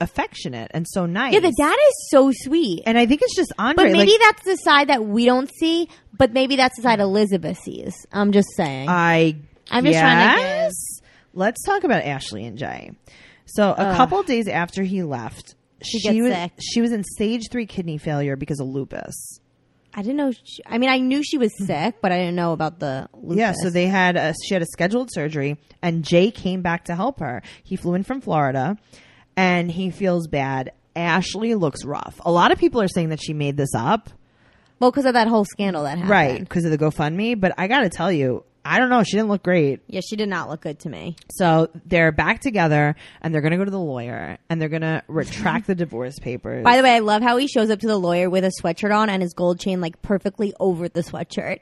S1: affectionate and so nice.
S2: yeah, the dad is so sweet.
S1: And I think it's just Andre.
S2: But maybe
S1: like,
S2: that's the side that we don't see, but maybe that's the side Elizabeth sees. I'm just saying.
S1: I
S2: I'm just trying to guess.
S1: Let's talk about Ashley and Jay. So a couple days after he left, she,
S2: gets
S1: was
S2: sick.
S1: she was in stage three kidney failure because of lupus.
S2: I didn't know. She, I mean, I knew she was sick, but I didn't know about the lupus.
S1: Hmm. Yeah, so they had a, she had a scheduled surgery, and Jay came back to help her. He flew in from Florida, and he feels bad. Ashley looks rough. A lot of people are saying that she made this up,
S2: well, because of that whole scandal that happened.
S1: right? Because of the GoFundMe. But I got to tell you, I don't know. She didn't look great.
S2: Yeah, she did not look good to me.
S1: So they're back together, and they're going to go to the lawyer, and they're going to retract the divorce papers.
S2: By the way, I love how he shows up to the lawyer with a sweatshirt on and his gold chain like perfectly over the sweatshirt.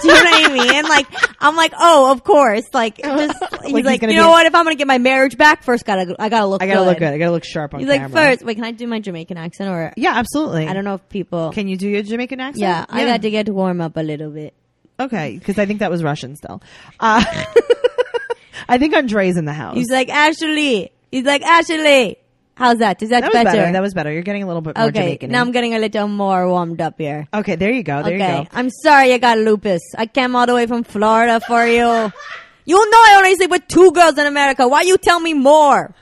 S2: Do you know what I mean? Like, I'm like, oh, of course.
S1: <laughs>
S2: Like, just, he's
S1: he's
S2: like,
S1: gonna
S2: you
S1: be-
S2: know what? If I'm gonna get my marriage back, first gotta, I gotta look.
S1: I got to look good. I got to look sharp on
S2: He's
S1: camera.
S2: like, first, wait, can I do my Jamaican accent or
S1: Yeah, absolutely.
S2: I don't know if people.
S1: Can you do your Jamaican accent?
S2: yeah, I got to get to warm up a little bit.
S1: Oh, Okay, because I think that was Russian still. Uh, <laughs> I think Andre's in the house.
S2: He's like Ashley. He's like Ashley. How's that? Is that,
S1: that was
S2: better?
S1: better. That was better. You're getting a little bit more
S2: okay.
S1: Jamaican.
S2: Now I'm getting a little more warmed up here.
S1: okay, there you go. There
S2: okay.
S1: you go.
S2: I'm sorry I got lupus. I came all the way from Florida for
S1: <laughs>
S2: you. You know I only sleep with two girls in America. Why you tell me more?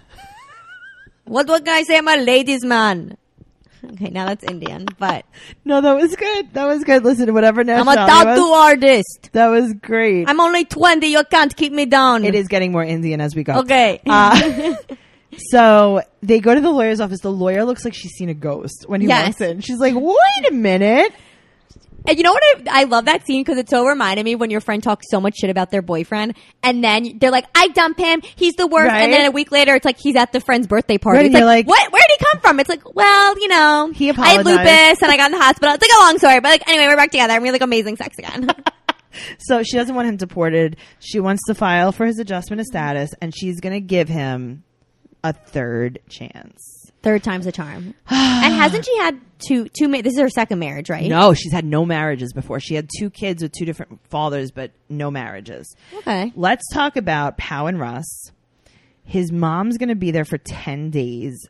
S2: what what can I say? I'm a ladies man. Okay, now that's Indian, but
S1: No, that was good. That was good. Listen, whatever
S2: I'm a
S1: nationality
S2: tattoo
S1: was,
S2: artist.
S1: that was great.
S2: I'm only 20. You can't keep me down.
S1: it is getting more Indian as we go.
S2: Okay. <laughs>
S1: Uh, so they go to the lawyer's office. The lawyer looks like she's seen a ghost when he
S2: Yes.
S1: walks in. She's like, "Wait a minute."
S2: And you know what? I, I love that scene because it so reminded me when your friend talks so much shit about their boyfriend, and then they're like, "I dump him. He's the worst."
S1: Right.
S2: And then a week later, it's like he's at the friend's birthday party.
S1: Right,
S2: It's
S1: and
S2: like,
S1: you're like-
S2: "What? Where did he come from?" It's like, "Well, you know,
S1: He
S2: I had
S1: apologized.
S2: lupus, and I got in the hospital." It's like a long story, but like anyway, we're back together, and we had like amazing sex again. <laughs>
S1: So she doesn't want him deported. She wants to file for his adjustment of status, and she's going to give him a third chance.
S2: Third time's a charm. <sighs> and hasn't she had two two? Ma- this is her second marriage, right?
S1: No, she's had no marriages before. She had two kids with two different fathers, but no marriages.
S2: Okay.
S1: Let's talk about Pow and Russ. His mom's going to be there for 10 days,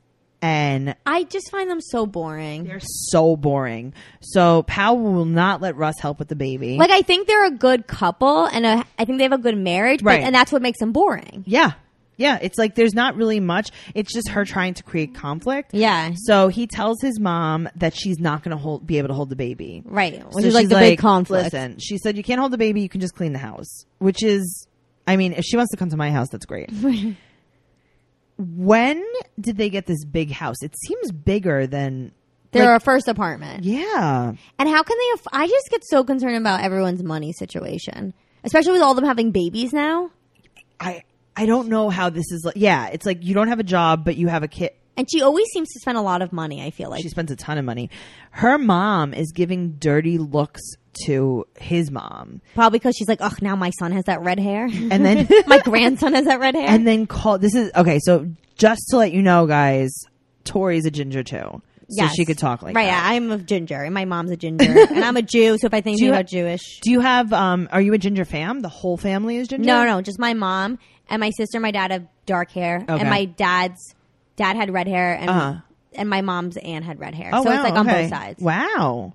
S1: and
S2: I just find them so boring.
S1: they're so boring. So Pow will not let Russ help with the baby.
S2: Like I think they're a good couple, and a, I think they have a good marriage, but,
S1: Right.
S2: and that's what makes them boring.
S1: Yeah. Yeah. It's like there's not really much. It's just her trying to create conflict.
S2: Yeah.
S1: So he tells his mom that she's not going to hold, be able to hold the baby.
S2: Right,
S1: So
S2: which is like
S1: she's
S2: the big conflict.
S1: Listen, she said you can't hold the baby. You can just clean the house, which is, I mean, if she wants to come to my house, that's
S2: <laughs>
S1: great. when did they get this big house? It seems bigger than.
S2: They're
S1: like,
S2: our first apartment,
S1: yeah.
S2: and how can they? Aff- I just get so concerned about everyone's money situation, especially with all of them having babies now.
S1: I I don't know how this is. Like, yeah, it's like you don't have a job, but you have a kid.
S2: And she always seems to spend a lot of money. I feel like
S1: She spends a ton of money. Her mom is giving dirty looks to his mom,
S2: probably because she's like, oh, now my son has that red hair.
S1: and then
S2: <laughs> my grandson has that red hair.
S1: and then call. This is okay. So just to let you know, guys, Tori's a ginger too, so
S2: Yes.
S1: she could talk like
S2: right.
S1: that.
S2: I'm a ginger, and my
S1: <laughs>
S2: mom's a ginger, and I'm a Jew. So if I think
S1: you
S2: about
S1: have-
S2: Jewish,
S1: Do you have? Um, are you a ginger fam? The whole family is ginger.
S2: no, no, just my mom and my sister. and My dad have dark hair,
S1: Okay.
S2: and my dad's dad had red hair, and
S1: Uh-huh.
S2: and my mom's aunt had red hair.
S1: Oh,
S2: so
S1: wow,
S2: it's like on
S1: okay.
S2: both sides.
S1: Wow.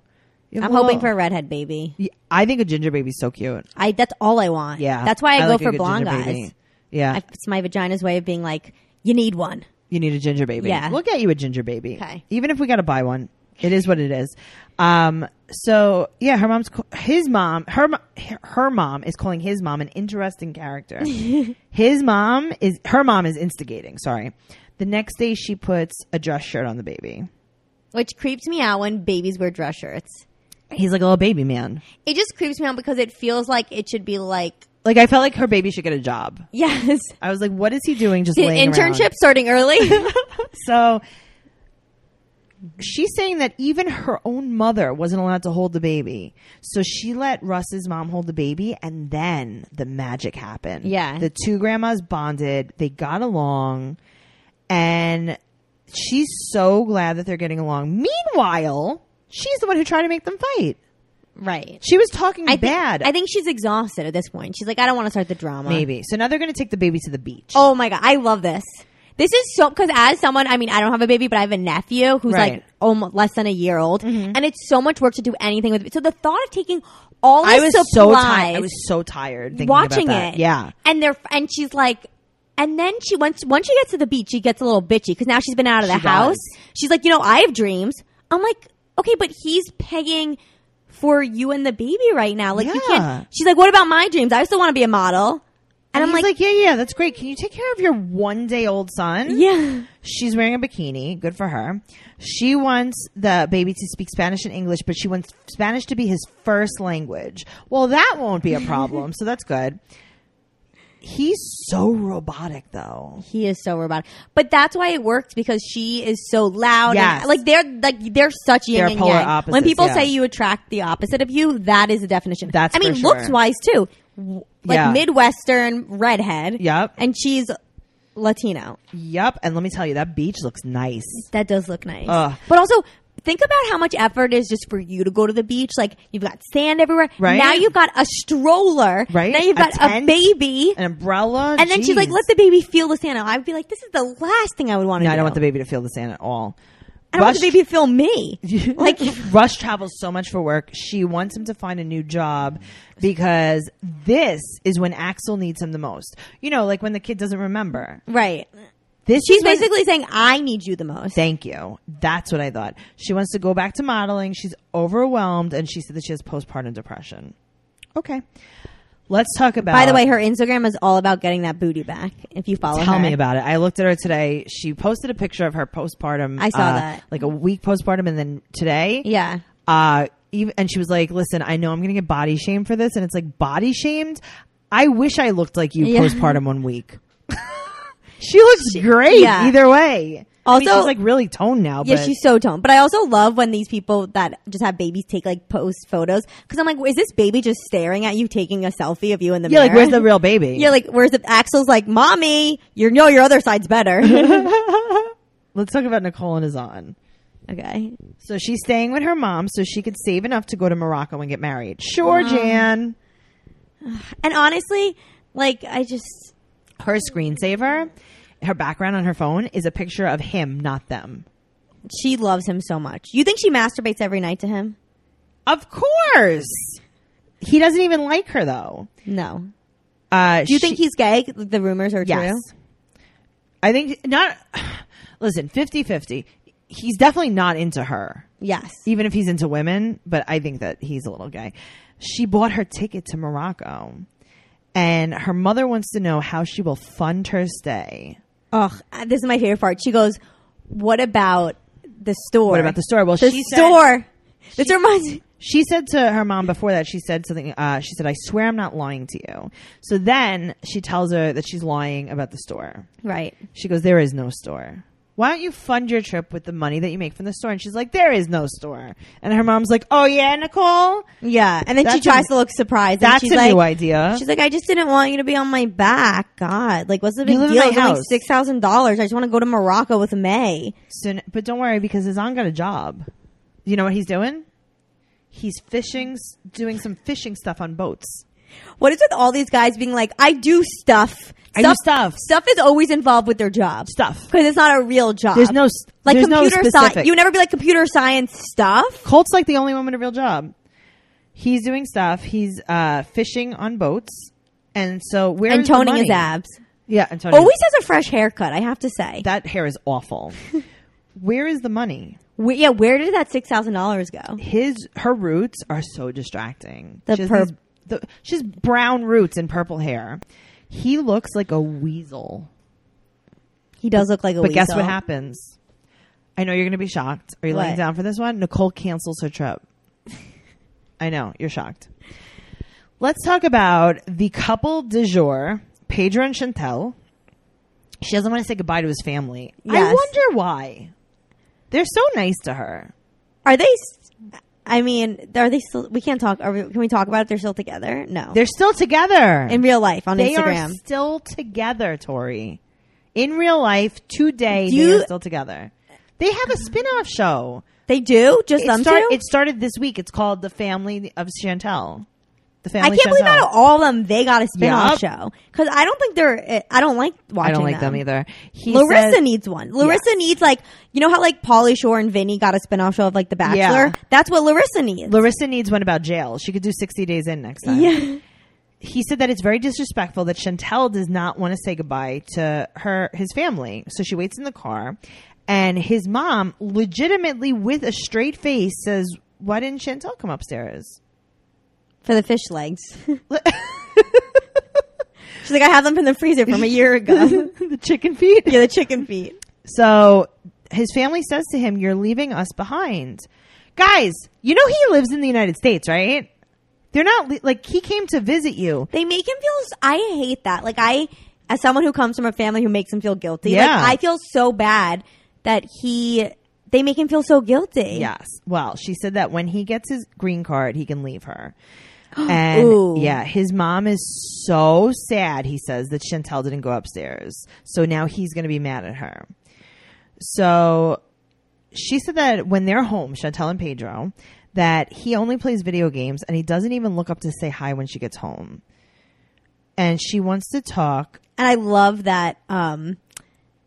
S1: You have
S2: I'm
S1: a little-
S2: hoping for a redhead baby.
S1: Yeah, I think a ginger baby's so cute.
S2: I that's all I want.
S1: Yeah,
S2: that's why I, go
S1: like a
S2: for
S1: good
S2: blonde
S1: ginger
S2: guys.
S1: baby. Yeah,
S2: I, it's my vagina's way of being like, you need one.
S1: You need a ginger baby.
S2: Yeah.
S1: We'll get you a ginger baby.
S2: Okay.
S1: Even if we got to buy one, it is what it is. Um, so yeah, her mom's, ca- his mom, her, mo- her mom is calling his mom an interesting character. <laughs> his mom is, her mom is instigating. Sorry. The next day she puts a dress shirt on the baby.
S2: Which creeps me out when babies wear dress shirts.
S1: He's like a little baby man.
S2: It just creeps me out because it feels like it should be like <laughs>
S1: Like I felt like her baby should get a job.
S2: yes,
S1: I was like, what is he doing? Just
S2: the
S1: laying around?
S2: internship
S1: <laughs>
S2: starting early.
S1: So she's saying that even her own mother wasn't allowed to hold the baby. So she let Russ's mom hold the baby and then the magic happened.
S2: Yeah.
S1: The two grandmas bonded, they got along, and she's so glad that they're getting along. Meanwhile, she's the one who tried to make them fight.
S2: right.
S1: She was talking
S2: I think,
S1: bad.
S2: I think she's exhausted at this point. She's like, I don't want to start the drama.
S1: maybe. So now they're going to take the baby to the beach.
S2: Oh my god, I love this. This is so because as someone, I mean, I don't have a baby, but I have a nephew who's
S1: Right. Mm-hmm.
S2: like almost less than a year old, and it's so much work to do anything with. So the thought of taking all
S1: I was
S2: this
S1: so
S2: supplies,
S1: tired. I was so tired thinking
S2: watching
S1: about that.
S2: it,
S1: Yeah.
S2: and they're and she's like. And then she once once she gets to the beach, she gets a little bitchy because now she's been out of the
S1: She does.
S2: house. She's like, you know, I have dreams. I'm like, okay, but he's pegging for you and the baby right now. Like you
S1: Yeah.
S2: can't. She's like, what about my dreams? I still want to be a model. And,
S1: And,
S2: I'm
S1: he's like,
S2: like,
S1: yeah, yeah, that's great. Can you take care of your one day old son?
S2: yeah.
S1: She's wearing a bikini. Good for her. She wants the baby to speak Spanish and English, but she wants Spanish to be his first language. Well, that won't be a problem. so that's good. He's so robotic, though.
S2: He is so robotic, but that's why it worked because she is so loud.
S1: Yes.
S2: and, like they're like they're such yin
S1: They're
S2: and
S1: polar
S2: yang.
S1: opposites,
S2: when people
S1: yeah.
S2: say you attract the opposite of you, that is the definition.
S1: That's
S2: I mean,
S1: for sure.
S2: looks wise too, W- like
S1: Yeah.
S2: midwestern redhead.
S1: Yep.
S2: and she's Latino.
S1: Yep. And let me tell you, that beach looks nice.
S2: That does look nice,
S1: Ugh.
S2: but also. Think about how much effort it is just for you to go to the beach. Like you've got sand everywhere.
S1: Right.
S2: Now you've got a stroller.
S1: Right.
S2: Now you've
S1: A
S2: got a,
S1: tent.
S2: baby.
S1: An umbrella.
S2: And then she's like,
S1: Jeez.
S2: let the baby feel the sand. I would be like, this is the last thing I would want to
S1: No,
S2: do.
S1: I don't want the baby to feel the sand at all.
S2: I don't want
S1: Rush-
S2: the baby to feel me. <laughs> like,
S1: <laughs> Rush travels so much for work. She wants him to find a new job because this is when Axel needs him the most. You know, like when the kid doesn't remember.
S2: right.
S1: This
S2: She's
S1: is when-
S2: basically saying, I need you the most.
S1: Thank you. That's what I thought. She wants to go back to modeling. She's overwhelmed and she said that she has postpartum depression. Okay. Let's talk about
S2: By the way, her Instagram is all about getting that booty back. If you follow
S1: Tell
S2: her.
S1: me about it. I looked at her today. She posted a picture of her postpartum.
S2: I saw that.
S1: Like a week postpartum and then today.
S2: Yeah.
S1: Uh, even, and she was like, listen, I know I'm going to get body shamed for this. And it's like, body shamed? I wish I looked like you
S2: Yeah.
S1: postpartum one
S2: <laughs>
S1: week. she looks great
S2: yeah.
S1: either way. I mean,
S2: Also-
S1: she's like really toned now.
S2: Yeah,
S1: but
S2: she's so toned. But I also love when these people that just have babies take like post photos because I'm like, is this baby just staring at you, taking a selfie of you in the
S1: yeah,
S2: mirror?
S1: like where's the real baby?
S2: yeah, like where's the Axel's like, mommy, you know your other side's better. <laughs>
S1: Let's talk about Nicole and Azan.
S2: okay,
S1: So she's staying with her mom so she could save enough to go to Morocco and get married. Sure, Jan.
S2: and honestly, like I just
S1: Her screensaver, her background on her phone is a picture of him, not them.
S2: she loves him so much. You think she masturbates every night to him?
S1: Of course. He doesn't even like her though.
S2: No.
S1: Uh,
S2: Do you think he's gay? The rumors are
S1: Yes.
S2: true.
S1: I think not. <sighs> Listen, 50 50. He's definitely not into her,
S2: Yes.
S1: even if he's into women, but I think that he's a little gay. She bought her ticket to Morocco, and her mother wants to know how she will fund her stay.
S2: Ugh, uh, this is my favorite part. She goes, "What about the store?
S1: What about the store? Well,
S2: The
S1: she said-
S2: store. this reminds me.
S1: She said to her mom before that, she said something, uh, she said, I swear I'm not lying to you. So then she tells her that she's lying about the store.
S2: Right.
S1: She goes, There is no store. Why don't you fund your trip with the money that you make from the store? And she's like, There is no store. And her mom's like, Oh, yeah, Nicole?
S2: Yeah. And then she
S1: That's a-
S2: tries to look surprised. and
S1: That's
S2: she's
S1: a
S2: like,
S1: new idea.
S2: She's like, I just didn't want you to be on my back. God, like, what's the big
S1: live in
S2: deal?
S1: my
S2: It's only
S1: house.
S2: six thousand dollars. I just want to go to Morocco with May.
S1: Soon, but don't worry because Azan got a job. You know what he's doing? He's fishing, s- doing some fishing stuff on boats.
S2: What is with all these guys being like, I do stuff.
S1: I do stuff.
S2: Stuff is always involved with their job.
S1: Stuff.
S2: because it's not a real job.
S1: There's no s-
S2: like
S1: there's no
S2: computer
S1: specific.
S2: science. You would never be like computer science stuff.
S1: Colt's like the only one with a real job. He's doing stuff. He's uh, fishing on boats. And so where
S2: And
S1: is the
S2: toning his Oh,
S1: money?
S2: abs.
S1: Yeah, and toning.
S2: Always has a fresh haircut. I have to say.
S1: that hair is
S2: <laughs>
S1: awful. where is the money?
S2: Wh- yeah, where did that six thousand dollars go?
S1: his her roots are so distracting.
S2: The
S1: she has
S2: purp-
S1: these- the, she has brown roots and purple hair. He looks like a weasel.
S2: He does look like a.
S1: But guess
S2: weasel.
S1: what happens? I know you're going to be shocked. Are you laying
S2: What?
S1: down for this one? Nicole cancels her trip.
S2: <laughs>
S1: I know you're shocked. Let's talk about the couple du jour, Pedro and Chantel. She doesn't want to say goodbye to his family. I
S2: Yes.
S1: wonder why. They're so nice to her.
S2: Are they? s- I mean, are they still? We can't talk. Are we, can we talk about if they're still together? No,
S1: They're still together.
S2: in real life on
S1: they
S2: Instagram.
S1: are still together, Tori. In real life, today
S2: Do you-
S1: they are still together. They have a spin-off show.
S2: they do just
S1: It,
S2: them
S1: start,
S2: two.
S1: it started this week. It's called The Family of Chantel. The
S2: I
S1: Family
S2: can't believe
S1: Chantel.
S2: out of all of them they got a spin-off
S1: Yup.
S2: show because I don't think they're. I don't like watching.
S1: I don't like them, either. He
S2: Larissa
S1: said-
S2: needs one. Larissa needs like you know how like Polly Shore and Vinny got a spin-off show of like The Bachelor.
S1: Yeah.
S2: That's what Larissa needs.
S1: Larissa needs one about jail. She could do 60 days in next time.
S2: yeah.
S1: He said that it's very disrespectful that Chantel does not want to say goodbye to her his family. So she waits in the car and his mom legitimately with a straight face says, "Why didn't Chantel come upstairs?" <laughs>
S2: For the fish legs. She's like, I have them from the freezer from a
S1: <laughs>
S2: year ago.
S1: the chicken feet.
S2: yeah, the chicken feet.
S1: So his family says to him, You're leaving us behind. Guys, you know he lives in the United States, right? They're not le- like he came to visit you.
S2: They make him feel. s- I hate that. Like I, as someone who comes from a family who makes him feel guilty.
S1: Yeah.
S2: Like I feel so bad that he. They make him feel so guilty.
S1: Yes. Well, she said that when he gets his green card, he can leave
S2: <gasps>
S1: her. And
S2: Ooh.
S1: yeah, his mom is so sad, he says, that Chantel didn't go upstairs. So now he's going to be mad at her. So she said that when they're home, Chantel and Pedro, that he only plays video games and he doesn't even look up to say hi when she gets home. And she wants to talk.
S2: And I love that. Um,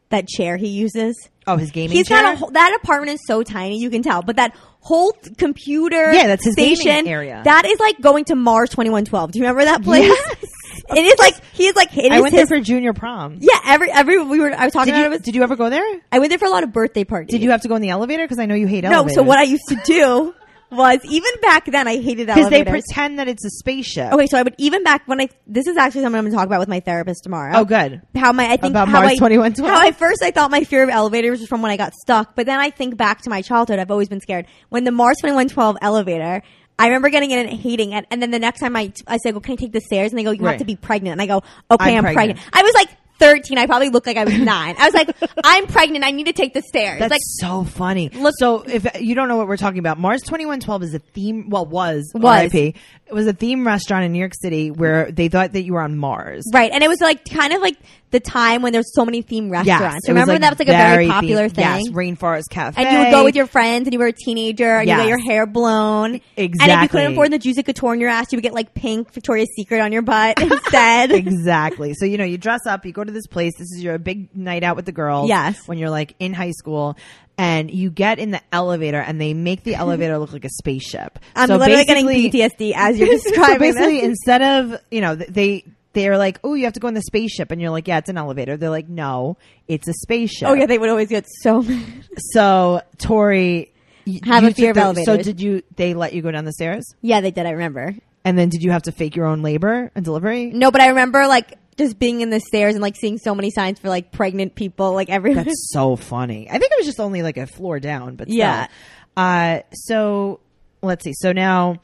S2: that chair he uses.
S1: Oh, his gaming
S2: He's
S1: chair.
S2: got a whole, that apartment is so tiny you can tell, but that whole t- computer
S1: Yeah, that's his gaming
S2: station
S1: area.
S2: That is like going to Mars twenty one twelve. Do you remember that place? <laughs> it is like he is like it
S1: I
S2: is
S1: went
S2: his.
S1: there for junior prom.
S2: yeah, every every we were I was talking
S1: Did you,
S2: about it was
S1: did you ever go there?
S2: I went there for a lot of birthday parties.
S1: Did you have to go in the elevator? Because I know you hate
S2: no?
S1: elevators.
S2: So what I used to do was even back then I
S1: <laughs>
S2: hated
S1: because they
S2: elevators. Oh,
S1: pretend that it's a spaceship.
S2: okay, so I would even back when I this is actually something I'm going to talk about with my therapist tomorrow.
S1: Oh, good.
S2: How my I think
S1: About
S2: how
S1: Mars
S2: I,
S1: 2112?
S2: How I first I thought my fear of elevators was from when I got stuck, but then I think back to my childhood. I've always been scared when the Mars 2112 elevator. I remember getting in and hating it, and then the next time I I said, "Well, can I take the stairs?" and they go, "You
S1: Right.
S2: have to be pregnant." And I go, "Okay, I'm,
S1: I'm pregnant."
S2: pregnant. I was like 13. I probably looked like I was <laughs> nine. I was like, "I'm pregnant. I need to take the stairs."
S1: That's
S2: like
S1: so funny. so if you don't know what we're talking about, Mars 2112 is a theme, well, was,
S2: Was.
S1: RIP. It was a theme restaurant in New York City where they thought that you were on Mars.
S2: Right. And it was like kind of like the time when there's so many theme
S1: Yes.
S2: restaurants.
S1: it
S2: Remember that was like a very
S1: themed-
S2: popular thing.
S1: Yes. Rainforest Cafe.
S2: and you would go with your friends and you were a teenager and you got
S1: Yes.
S2: your hair blown. And if you
S1: Exactly.
S2: couldn't afford the juicy couture on your ass, you would get like pink Victoria's Secret on
S1: <laughs>
S2: your butt instead.
S1: Exactly. So, you know, you dress up, you go to this place. This is your big night out with the girls.
S2: Yes.
S1: When you're like in high school and you get in the elevator and they make
S2: <laughs>
S1: the elevator look like a spaceship.
S2: I'm
S1: So
S2: literally
S1: basically-
S2: getting PTSD
S1: <laughs>
S2: as you're
S1: so
S2: describing
S1: basically,
S2: <laughs> this.
S1: instead of you know th- they they're like, oh, you have to go in the spaceship, and you're like, yeah, it's an elevator. They're like, no, it's a spaceship.
S2: Oh yeah, they would always get so mad.
S1: So Tori, y-
S2: Have
S1: you
S2: a fear
S1: took
S2: of
S1: the- So
S2: elevators.
S1: did you? They let you go down the stairs,
S2: Yeah, they did, I remember.
S1: and then did you have to fake your own labor and delivery?
S2: No, but I remember like just being in the stairs and like seeing so many signs for like pregnant people, like everywhere. <laughs>
S1: That's so funny. I think it was just only like a floor down, but
S2: Yeah.
S1: yeah. Uh, so let's see. So now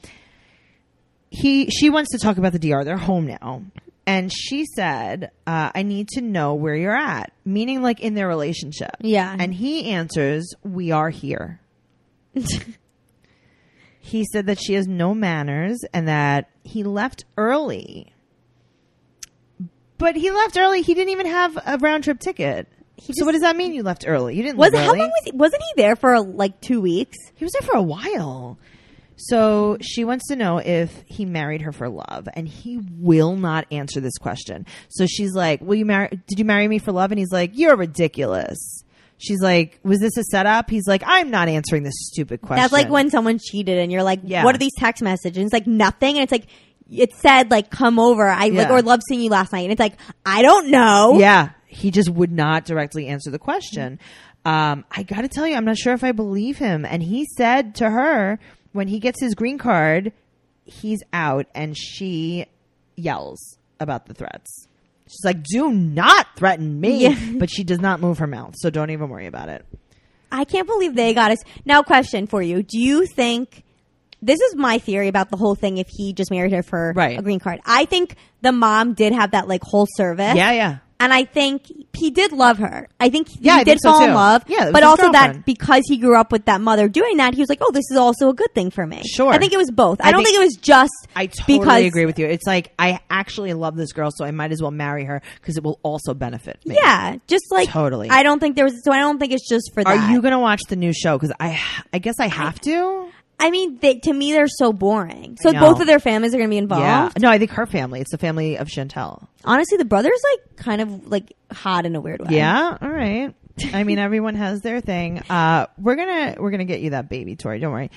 S1: he she wants to talk about the DR. They're home now, and she said, uh, "I need to know where you're at," meaning like in their relationship.
S2: Yeah.
S1: And he answers, "We are here." he said that she has no manners and that he left early. But he left early. He didn't even have a round trip ticket. so what does that mean? You left early. You didn't.
S2: was
S1: leave
S2: how
S1: early.
S2: long was he, wasn't he there for like two weeks?
S1: He was there for a while. So she wants to know if he married her for love, and he will not answer this question. So she's like, "Will you marry? Did you marry me for love?" And he's like, "You're ridiculous." She's like, "Was this a setup?" He's like, "I'm not answering this stupid question."
S2: That's like when someone cheated and you're like,
S1: Yeah.
S2: what are these text messages? And it's like nothing. And it's like, it said like, come over. I like,
S1: Yeah.
S2: or love seeing you last night. And it's like, I don't know.
S1: Yeah, he just would not directly answer the question. Um, I got to tell you, I'm not sure if I believe him. And he said to her when he gets his green card, he's out, and she yells about the threats. She's like, "Do not threaten me,"
S2: Yeah.
S1: <laughs> but she does not move her mouth, so don't even worry about
S2: <laughs>
S1: it.
S2: I can't believe they got us. Now question for you. Do you think this is my theory about the whole thing? If he just married her for
S1: Right.
S2: a green card, I think the mom did have that like whole service.
S1: Yeah, yeah.
S2: And I think he did love her. I think he
S1: Yeah, I
S2: did
S1: think so
S2: fall in
S1: too.
S2: love.
S1: Yeah, it was
S2: but
S1: his
S2: also that
S1: girlfriend.
S2: because he grew up with that mother doing that, he was like, "Oh, this is also a good thing for me."
S1: Sure.
S2: I think it was both. I,
S1: I
S2: don't think,
S1: think-
S2: it was just.
S1: I totally
S2: because,
S1: agree with you. It's like I actually love this girl, so I might as well marry her because it will also benefit me.
S2: Yeah, just like
S1: Totally.
S2: I don't think there was. So I don't think it's just for
S1: Are
S2: that.
S1: you gonna watch the new show? Because I, I guess I have to.
S2: I mean, they, to me, they're so boring. So
S1: know.
S2: both of their families are going to be involved.
S1: Yeah. No, I think her family. It's the family of Chantel.
S2: Honestly, the brother's like kind of like hot in a weird way.
S1: Yeah. All right. I mean, everyone has their thing. Uh, we're gonna we're gonna get you that baby, Tori. Don't worry,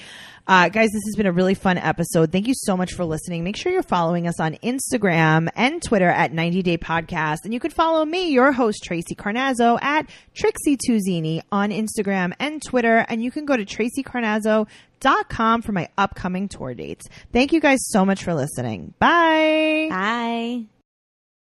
S1: uh, guys. This has been a really fun episode. Thank you so much for listening. Make sure you're following us on Instagram and Twitter at 90 Day Podcast, and you can follow me, your host Tracy Carnazzo, at Trixie Tuzini on Instagram and Twitter, and you can go to tracycarnazzo.com for my upcoming tour dates. Thank you guys so much for listening. Bye.
S2: Bye.